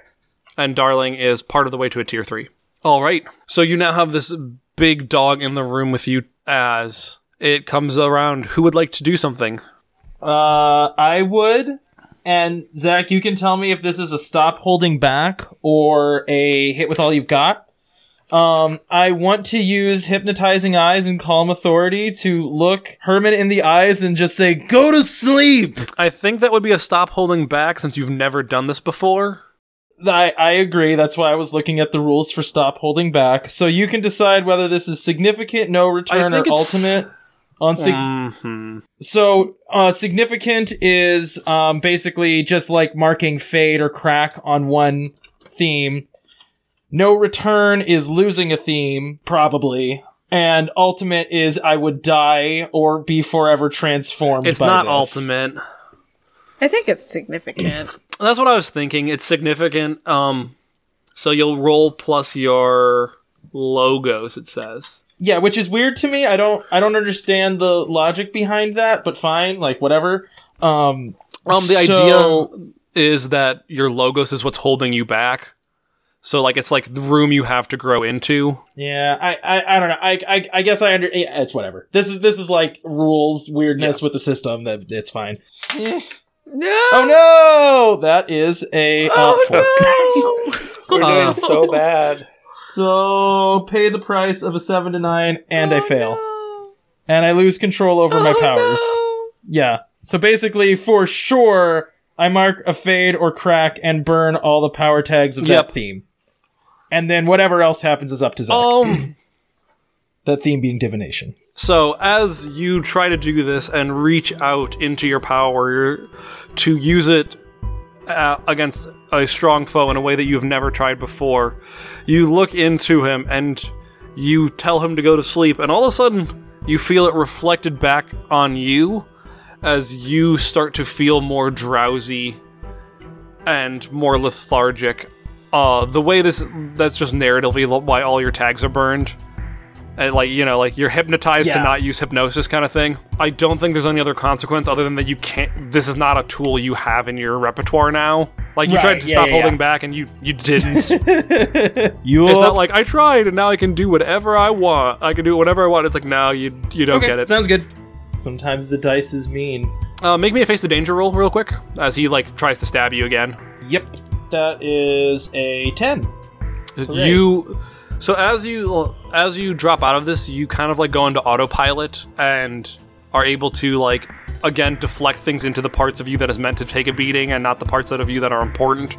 [SPEAKER 2] And Darling is part of the way to a tier three. All right. So you now have this big dog in the room with you as it comes around. Who would like to do something?
[SPEAKER 5] Uh, I would. And Zach, you can tell me if this is a stop holding back or a hit with all you've got. Um, I want to use hypnotizing eyes and calm authority to look Herman in the eyes and just say, "Go to sleep."
[SPEAKER 2] I think that would be a stop holding back since you've never done this before.
[SPEAKER 5] I, I agree. That's why I was looking at the rules for stop holding back. So you can decide whether this is significant, no return, or
[SPEAKER 2] think it's-
[SPEAKER 5] ultimate. Unsig-
[SPEAKER 2] hmm
[SPEAKER 5] So, uh, significant is um, basically just like marking fade or crack on one theme. No return is losing a theme, probably. And ultimate is I would die or be forever transformed.
[SPEAKER 2] It's
[SPEAKER 5] by
[SPEAKER 2] not
[SPEAKER 5] this.
[SPEAKER 2] ultimate.
[SPEAKER 4] I think it's (laughs) significant.
[SPEAKER 2] That's what I was thinking. It's significant. Um, so you'll roll plus your logos. It says.
[SPEAKER 5] Yeah, which is weird to me. I don't. I don't understand the logic behind that. But fine, like whatever. Um,
[SPEAKER 2] Um, the
[SPEAKER 5] So-
[SPEAKER 2] idea is that your logos is what's holding you back. So like it's like the room you have to grow into.
[SPEAKER 5] Yeah, I, I, I don't know. I, I, I guess I under. yeah, It's whatever. This is this is like rules weirdness with the system. That it's fine. Eh,
[SPEAKER 4] (laughs) No. Oh,
[SPEAKER 5] Oh no! That is a uh, fork.
[SPEAKER 6] We're
[SPEAKER 2] Uh, (laughs)
[SPEAKER 6] doing so bad.
[SPEAKER 5] So pay the price of a seven to nine, and I
[SPEAKER 4] Oh,
[SPEAKER 5] fail,
[SPEAKER 4] no.
[SPEAKER 5] and I lose control over my
[SPEAKER 4] Oh,
[SPEAKER 5] powers.
[SPEAKER 4] no.
[SPEAKER 5] Yeah. So basically, for sure, I mark a fade or crack and burn all the power tags of
[SPEAKER 2] Yep.
[SPEAKER 5] that theme, and then whatever else happens is up to
[SPEAKER 4] Oh.
[SPEAKER 5] Zach.
[SPEAKER 2] Um.
[SPEAKER 5] That theme being divination.
[SPEAKER 2] So, as you try to do this and reach out into your power to use it uh, against a strong foe in a way that you've never tried before, you look into him and you tell him to go to sleep, and all of a sudden, you feel it reflected back on you as you start to feel more drowsy and more lethargic. Uh, the way this that's just narratively why all your tags are burned and like you know like you're hypnotized to
[SPEAKER 5] Yeah.
[SPEAKER 2] not use hypnosis kind of thing i don't think there's any other consequence other than that you can't this is not a tool you have in your repertoire now like you
[SPEAKER 5] Right,
[SPEAKER 2] tried to
[SPEAKER 5] yeah,
[SPEAKER 2] stop
[SPEAKER 5] yeah,
[SPEAKER 2] holding
[SPEAKER 5] yeah.
[SPEAKER 2] back and you you
[SPEAKER 5] (laughs)
[SPEAKER 2] didn't it's
[SPEAKER 5] You
[SPEAKER 2] not like i tried and now i can do whatever i want i can do whatever i want it's like no you you don't
[SPEAKER 5] okay,
[SPEAKER 2] get it
[SPEAKER 5] sounds good. Sometimes the dice is mean.
[SPEAKER 2] uh, make me a face the danger roll real quick as he like tries to stab you again
[SPEAKER 5] Yep. That is a ten. Hooray.
[SPEAKER 2] You so as you as you drop out of this, you kind of like go into autopilot and are able to like again deflect things into the parts of you that is meant to take a beating and not the parts out of you that are
[SPEAKER 5] (laughs)
[SPEAKER 2] important.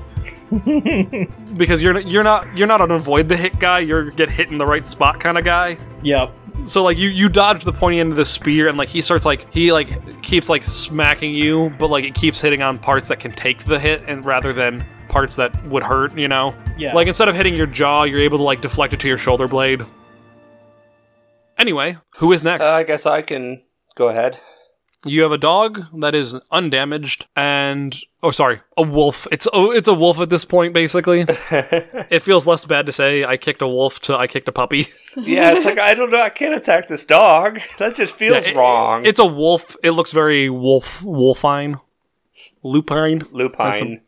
[SPEAKER 2] because you're you're not you're not an avoid the hit guy, you're get hit in the right spot kind of guy
[SPEAKER 5] Yep.
[SPEAKER 2] so like you you dodge the pointy end of the spear and like he starts like he like keeps like smacking you but like it keeps hitting on parts that can take the hit and rather than parts that would hurt you know
[SPEAKER 5] Yeah.
[SPEAKER 2] like instead of hitting your jaw you're able to like deflect it to your shoulder blade anyway who is next
[SPEAKER 6] Uh, I guess I can go ahead.
[SPEAKER 2] you have a dog that is undamaged and oh sorry a wolf it's oh it's a wolf at this point basically it feels less bad to say i kicked a wolf to i kicked a puppy (laughs)
[SPEAKER 6] Yeah, it's like I don't know. I can't attack this dog. (laughs) That just feels
[SPEAKER 2] Yeah, it-
[SPEAKER 6] wrong.
[SPEAKER 2] It's a wolf. It looks very wolf wolfine. Lupine?
[SPEAKER 6] lupine.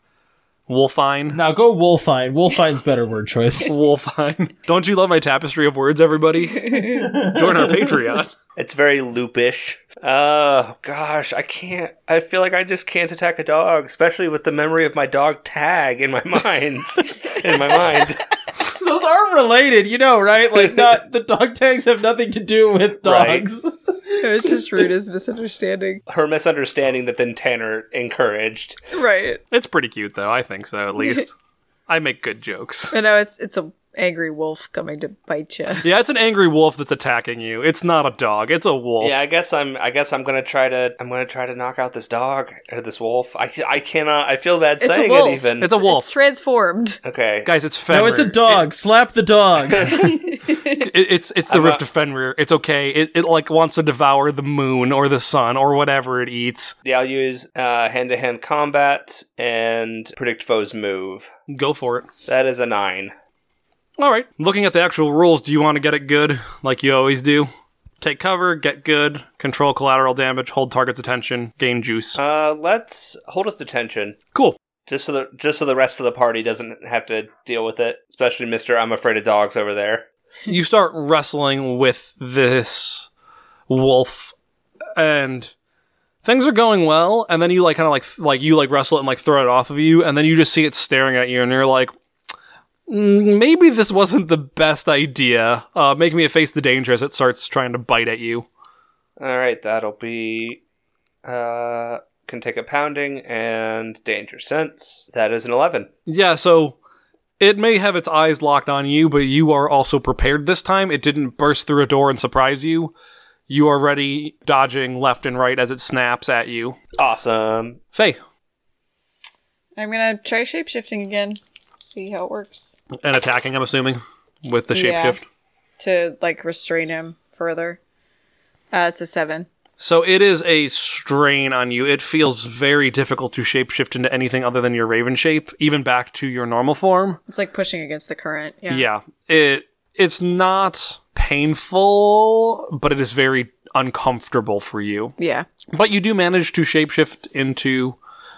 [SPEAKER 2] Wolfine.
[SPEAKER 5] now go Wolfine. Wolfine's better word choice.
[SPEAKER 2] (laughs) Wolfine. Don't you love my tapestry of words, everybody? Join our Patreon.
[SPEAKER 6] It's very loopish. Oh gosh, I can't. I feel like I just can't attack a dog, especially with the memory of my dog tag in my (laughs) mind. in my mind,
[SPEAKER 5] (laughs)
[SPEAKER 2] (laughs)
[SPEAKER 5] Those are related, you know, right? Like not the dog tags have nothing to do with
[SPEAKER 6] Right.
[SPEAKER 5] dogs.
[SPEAKER 4] It's just Ruda's misunderstanding.
[SPEAKER 6] her misunderstanding that then Tanner encouraged.
[SPEAKER 4] Right.
[SPEAKER 2] It's pretty cute though, I think
[SPEAKER 5] (laughs)
[SPEAKER 2] so at least. I make good jokes.
[SPEAKER 4] I know it's it's a angry wolf coming to bite you.
[SPEAKER 2] Yeah, it's an angry wolf that's attacking you. It's not a dog. It's a wolf.
[SPEAKER 6] Yeah, I guess I'm. I guess I'm gonna try to. I'm gonna try to knock out this dog or this wolf. I, I cannot. I feel bad
[SPEAKER 4] It's a
[SPEAKER 6] saying
[SPEAKER 4] wolf.
[SPEAKER 6] it even.
[SPEAKER 2] it's a wolf.
[SPEAKER 4] It's transformed.
[SPEAKER 6] okay.
[SPEAKER 2] Guys, it's Fenrir.
[SPEAKER 5] No, it's a dog. Slap the dog.
[SPEAKER 2] It- it- it's it's the
[SPEAKER 6] I'm
[SPEAKER 2] rift
[SPEAKER 6] not-
[SPEAKER 2] of Fenrir. It's okay. It, it like wants to devour the moon or the sun or whatever it eats.
[SPEAKER 6] Yeah, I'll use hand to hand combat and predict foe's move.
[SPEAKER 2] Go for it.
[SPEAKER 6] That is a nine.
[SPEAKER 2] All right. Looking at the actual rules, do you want to get it good like you always do? Take cover, get good, control collateral damage, hold target's attention, gain juice.
[SPEAKER 6] Uh, let's hold its attention.
[SPEAKER 2] cool.
[SPEAKER 6] Just so the just so the rest of the party doesn't have to deal with it, especially Mister I'm afraid of dogs over there.
[SPEAKER 2] You start wrestling with this wolf and things are going well and then you like kind of like like you like wrestle it and like throw it off of you and then you just see it staring at you and you're like "Mm, maybe this wasn't the best idea. Uh, make me face the danger as it starts trying to bite at you.
[SPEAKER 6] All right, that'll be uh can take a pounding and danger sense. That is an eleven.
[SPEAKER 2] Yeah, so it may have its eyes locked on you, but you are also prepared this time. It didn't burst through a door and surprise you. You are ready, dodging left and right as it snaps at you.
[SPEAKER 6] Awesome.
[SPEAKER 2] Faye.
[SPEAKER 4] I'm gonna try shapeshifting again. See how it works.
[SPEAKER 2] And attacking, I'm assuming, with the
[SPEAKER 4] Yeah.
[SPEAKER 2] shapeshift.
[SPEAKER 4] To like restrain him further. Uh, it's a seven.
[SPEAKER 2] So it is a strain on you. It feels very difficult to shapeshift into anything other than your raven shape, even back to your normal form.
[SPEAKER 4] It's like pushing against the current. Yeah.
[SPEAKER 2] Yeah. It it's not painful, but it is very uncomfortable for you.
[SPEAKER 4] Yeah.
[SPEAKER 2] But you do manage to shapeshift into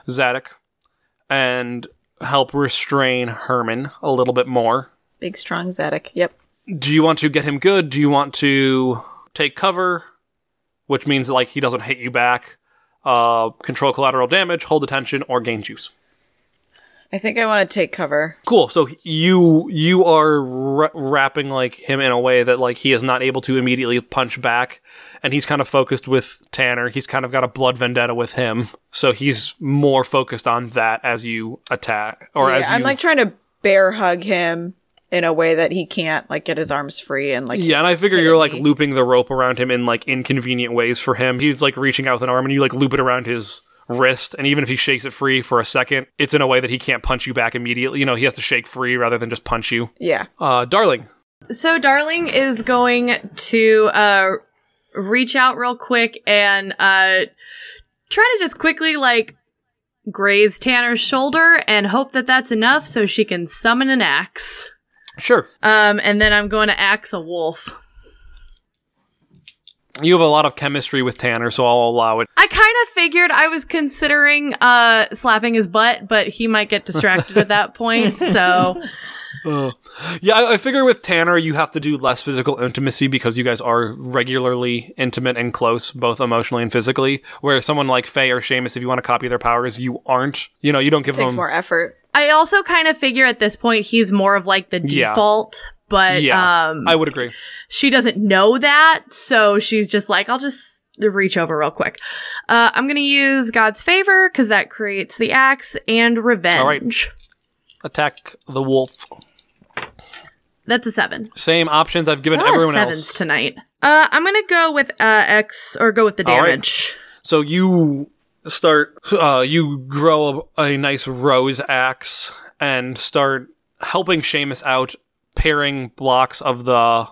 [SPEAKER 2] Zadok and help restrain Herman a little bit more.
[SPEAKER 4] Big strong Zadok. Yep.
[SPEAKER 2] Do you want to get him good? Do you want to take cover, which means like he doesn't hit you back? uh, control collateral damage, hold attention, or gain juice.
[SPEAKER 4] I think I want to take cover.
[SPEAKER 2] Cool. So you you are ra- wrapping like him in a way that like he is not able to immediately punch back, and he's kind of focused with Tanner. He's kind of got a blood vendetta with him, so he's more focused on that as you attack or
[SPEAKER 4] Yeah,
[SPEAKER 2] as you.
[SPEAKER 4] I'm like trying to bear hug him in a way that he can't like get his arms free and like
[SPEAKER 2] yeah, and I figure you're like looping the rope around him in like inconvenient ways for him. He's like reaching out with an arm, and you like loop it around his wrist. And even if he shakes it free for a second, it's in a way that he can't punch you back immediately. You know, he has to shake free rather than just punch you.
[SPEAKER 4] yeah.
[SPEAKER 2] Uh, darling,
[SPEAKER 3] So Darling is going to uh reach out real quick and uh try to just quickly like graze Tanner's shoulder and hope that that's enough so she can summon an axe.
[SPEAKER 2] sure.
[SPEAKER 3] Um and then I'm going to axe a wolf.
[SPEAKER 2] You have a lot of chemistry with Tanner, so I'll allow it.
[SPEAKER 3] I kind of figured I was considering uh slapping his butt, but he might get distracted at that point. So
[SPEAKER 2] Yeah, I, I figure with Tanner, you have to do less physical intimacy because you guys are regularly intimate and close, both emotionally and physically. Where someone like Faye or Seamus, if you want to copy their powers, you aren't. You know, you don't give
[SPEAKER 4] Takes
[SPEAKER 2] them.
[SPEAKER 4] more effort.
[SPEAKER 3] I also kind of figure at this point he's more of like the
[SPEAKER 2] Yeah.
[SPEAKER 3] default, but
[SPEAKER 2] yeah,
[SPEAKER 3] um
[SPEAKER 2] I would agree.
[SPEAKER 3] she doesn't know that, so she's just like, I'll just reach over real quick. Uh, I'm gonna use God's favor because that creates the axe and revenge.
[SPEAKER 2] All right. Attack the wolf.
[SPEAKER 3] That's a seven.
[SPEAKER 2] Same options I've given
[SPEAKER 3] A lot of
[SPEAKER 2] everyone
[SPEAKER 3] sevens
[SPEAKER 2] else.
[SPEAKER 3] tonight. Uh, I'm gonna go with uh, X or go with the
[SPEAKER 2] All right.
[SPEAKER 3] damage.
[SPEAKER 2] So you start, uh, you grow a, a nice rose axe and start helping Seamus out, pairing blocks of the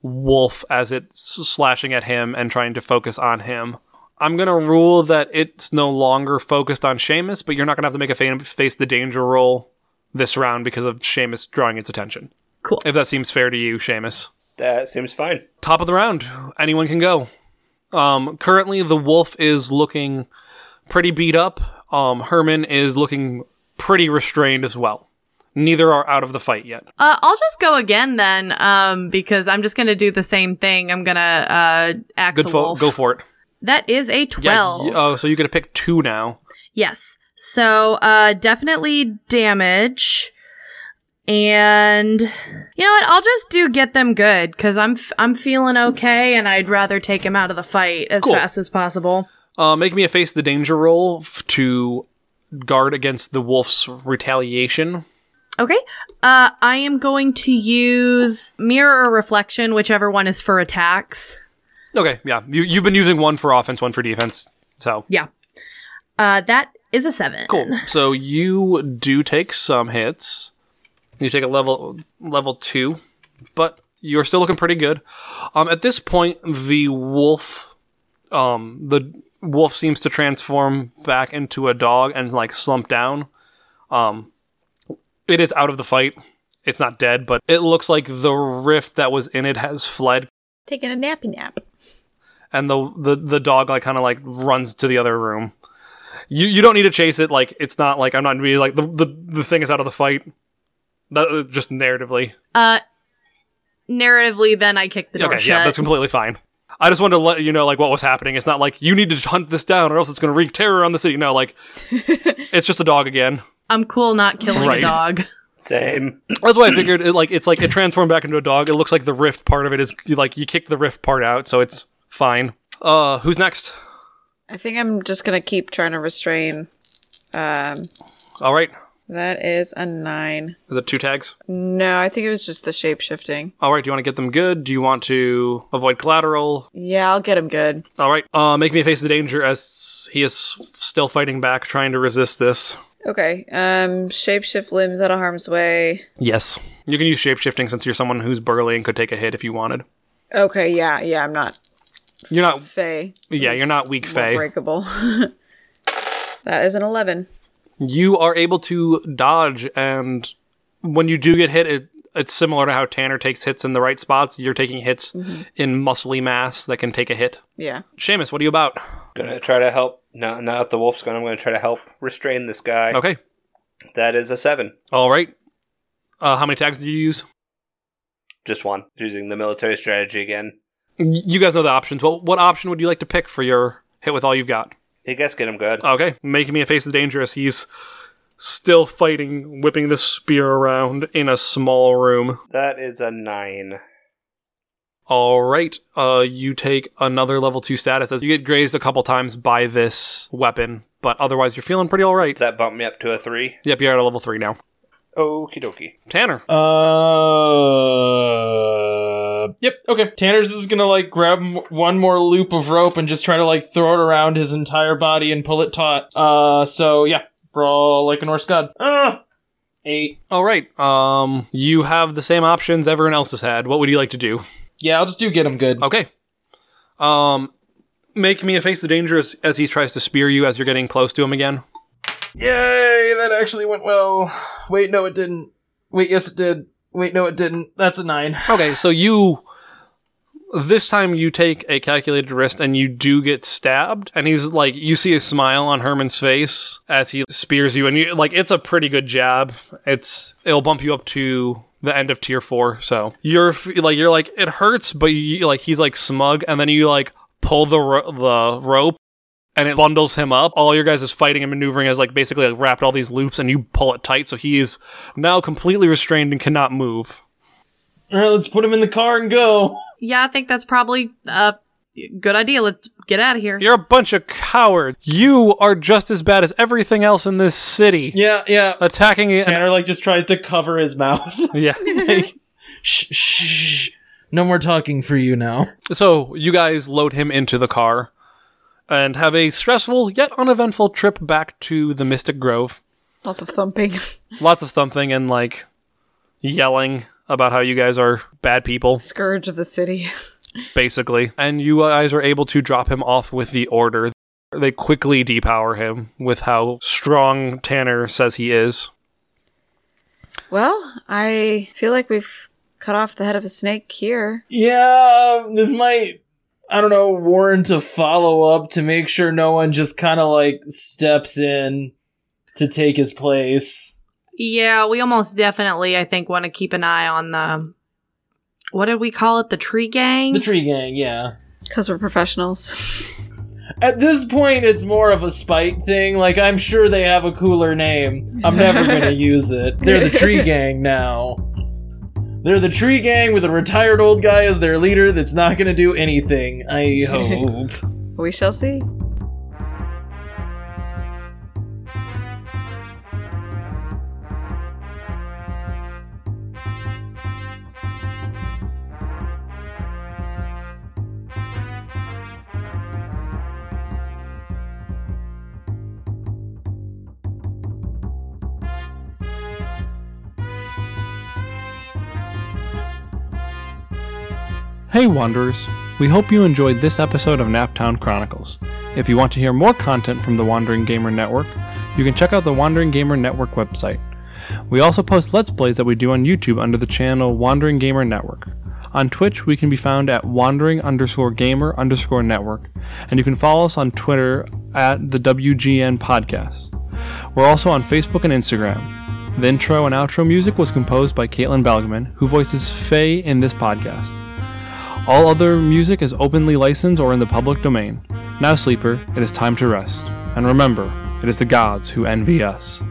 [SPEAKER 2] wolf as it's slashing at him and trying to focus on him. I'm gonna rule that it's no longer focused on Seamus, but you're not gonna have to make a fa- face the danger roll this round because of Seamus drawing its attention.
[SPEAKER 3] Cool.
[SPEAKER 2] If that seems fair to you, Seamus
[SPEAKER 6] That seems fine.
[SPEAKER 2] top of the round. Anyone can go. Um, currently, the wolf is looking pretty beat up. Um, Herman is looking pretty restrained as well. Neither are out of the fight yet.
[SPEAKER 3] Uh, I'll just go again then, um, because I'm just gonna do the same thing. I'm gonna uh, axe
[SPEAKER 2] Good,
[SPEAKER 3] a
[SPEAKER 2] fo-
[SPEAKER 3] wolf.
[SPEAKER 2] go for it.
[SPEAKER 3] that is a twelve.
[SPEAKER 2] y- Oh, so you get to pick two now.
[SPEAKER 3] Yes. So, uh, definitely damage. And you know what? I'll just do get them good because I'm f- I'm feeling okay, and I'd rather take him out of the fight as
[SPEAKER 2] Cool.
[SPEAKER 3] fast as possible.
[SPEAKER 2] Uh, make me a face the danger roll f- to guard against the wolf's retaliation.
[SPEAKER 3] Okay. Uh, I am going to use mirror or reflection, whichever one is for attacks.
[SPEAKER 2] Okay, yeah, you, you've been using one for offense, one for defense. So
[SPEAKER 3] Yeah. Uh, that is a seven.
[SPEAKER 2] Cool. So you do take some hits. You take a level level two, but you're still looking pretty good. Um, at this point, the wolf, um, the wolf seems to transform back into a dog and like slump down. Um, it is out of the fight. It's not dead, but it looks like the rift that was in it has fled,
[SPEAKER 4] Taking a nappy nap.
[SPEAKER 2] and the the, the dog like kind of like runs to the other room. you you don't need to chase it. Like it's not like I'm not really like the the, the thing is out of the fight. That uh, just narratively.
[SPEAKER 3] Uh, narratively, then I kick the door
[SPEAKER 2] okay,
[SPEAKER 3] shut.
[SPEAKER 2] yeah, that's completely fine. I just wanted to let you know like what was happening. It's not like you need to hunt this down or else it's going to wreak terror on the city. No, like it's just a dog again.
[SPEAKER 3] I'm cool not killing
[SPEAKER 2] Right. (laughs)
[SPEAKER 3] a dog.
[SPEAKER 6] Same.
[SPEAKER 2] That's why I figured it like it's like it transformed back into a dog. It looks like the rift part of it is you, like you kicked the rift part out, so it's fine. Uh, who's next?
[SPEAKER 4] I think I'm just gonna keep trying to restrain. Um,
[SPEAKER 2] All right,
[SPEAKER 4] that is a nine.
[SPEAKER 2] is it two tags?
[SPEAKER 4] No, I think it was just the shape shifting.
[SPEAKER 2] All right, do you want to get them good? Do you want to avoid collateral?
[SPEAKER 4] Yeah, I'll get him good.
[SPEAKER 2] All right. Uh, make me face the danger as he is still fighting back, trying to resist this.
[SPEAKER 4] Okay. Um, shapeshift limbs out of harm's way.
[SPEAKER 2] Yes. You can use shapeshifting since you're someone who's burly and could take a hit if you wanted.
[SPEAKER 4] Okay. Yeah. Yeah. I'm not
[SPEAKER 2] You're not.
[SPEAKER 4] Fey.
[SPEAKER 2] Yeah, you're not weak,
[SPEAKER 4] Not
[SPEAKER 2] Faye.
[SPEAKER 4] breakable. (laughs) that is an eleven.
[SPEAKER 2] You are able to dodge, and when you do get hit, it, it's similar to how Tanner takes hits in the right spots. You're taking hits in muscly mass that can take a hit.
[SPEAKER 4] Yeah.
[SPEAKER 2] Seamus, what are you about?
[SPEAKER 6] Gonna try to help. Now, now that the wolf's gone, I'm gonna try to help restrain this guy.
[SPEAKER 2] Okay.
[SPEAKER 6] That is a seven.
[SPEAKER 2] All right. Uh, how many tags do you use?
[SPEAKER 6] Just one. Using the military strategy again.
[SPEAKER 2] Y- You guys know the options. Well, what option would you like to pick for your hit with all you've got?
[SPEAKER 6] I guess get him good.
[SPEAKER 2] Okay, making me a face of danger as he's still fighting, whipping this spear around in a small room.
[SPEAKER 6] That is a nine.
[SPEAKER 2] All right, uh, you take another level two status as you get grazed a couple times by this weapon, but otherwise you're feeling pretty all right.
[SPEAKER 6] That bumped me up to a three.
[SPEAKER 2] Yep, you're at a level three now.
[SPEAKER 6] Okie dokie.
[SPEAKER 2] Tanner,
[SPEAKER 5] Uh, yep. Okay. Tanner's is gonna like grab m- one more loop of rope and just try to like throw it around his entire body and pull it taut. Uh, so yeah, brawl like a Norse god. Ah, eight.
[SPEAKER 2] all right, um, you have the same options everyone else has had. What would you like to do?
[SPEAKER 5] Yeah, I'll just do get him good.
[SPEAKER 2] Okay. Um, make me a face of danger as, as he tries to spear you as you're getting close to him again.
[SPEAKER 5] Yay! That actually went well. Wait, no, it didn't. Wait, yes, it did. Wait, no, it didn't. That's a nine.
[SPEAKER 2] Okay, so you this time you take a calculated risk and you do get stabbed and he's like you see a smile on Herman's face as he spears you and you like it's a pretty good jab. It's it'll bump you up to the end of tier 4. So you're f- like you're like it hurts but you like he's like smug and then you like pull the ro- the rope and it bundles him up. All your guys is fighting and maneuvering as like basically like wrapped all these loops and you pull it tight so he is now completely restrained and cannot move.
[SPEAKER 5] All right, let's put him in the car and go.
[SPEAKER 3] Yeah, I think that's probably a good idea. Let's get out of here.
[SPEAKER 2] You're a bunch of cowards. You are just as bad as everything else in this city.
[SPEAKER 5] Yeah, yeah.
[SPEAKER 2] Attacking it.
[SPEAKER 5] Tanner like just tries to cover his mouth.
[SPEAKER 2] (laughs)
[SPEAKER 5] (laughs)
[SPEAKER 2] yeah.
[SPEAKER 5] like, shh, shh. No more talking for you now.
[SPEAKER 2] So you guys load him into the car and have a stressful yet uneventful trip back to the Mystic Grove.
[SPEAKER 4] Lots of thumping. (laughs)
[SPEAKER 2] Lots of thumping and like yelling about how you guys are bad people.
[SPEAKER 4] Scourge of the city. (laughs)
[SPEAKER 2] basically. And you guys are able to drop him off with the order. They quickly depower him with how strong Tanner says he is.
[SPEAKER 4] Well, I feel like we've cut off the head of a snake here.
[SPEAKER 5] Yeah, um, this might, I don't know, warrant a follow up to make sure no one just kind of like steps in to take his place.
[SPEAKER 3] Yeah, we almost definitely, I think, want to keep an eye on the. What did we call it? The tree gang?
[SPEAKER 5] The tree gang, yeah.
[SPEAKER 4] Because we're professionals.
[SPEAKER 5] At this point, it's more of a spite thing. Like, I'm sure they have a cooler name. I'm never going to use it. They're the tree gang now. They're the tree gang with a retired old guy as their leader that's not going to do anything, I hope.
[SPEAKER 4] we shall see.
[SPEAKER 1] Hey Wanderers! We hope you enjoyed this episode of Naptown Chronicles. If you want to hear more content from the Wandering Gamer Network, you can check out the Wandering Gamer Network website. We also post Let's Plays that we do on YouTube under the channel Wandering Gamer Network. On Twitch, we can be found at wandering underscore gamer underscore network, and you can follow us on Twitter at the WGN Podcast. We're also on Facebook and Instagram. The intro and outro music was composed by Caitlin Balgman, who voices Faye in this podcast. All other music is openly licensed or in the public domain. Now, sleeper, it is time to rest. And remember, it is the gods who envy us.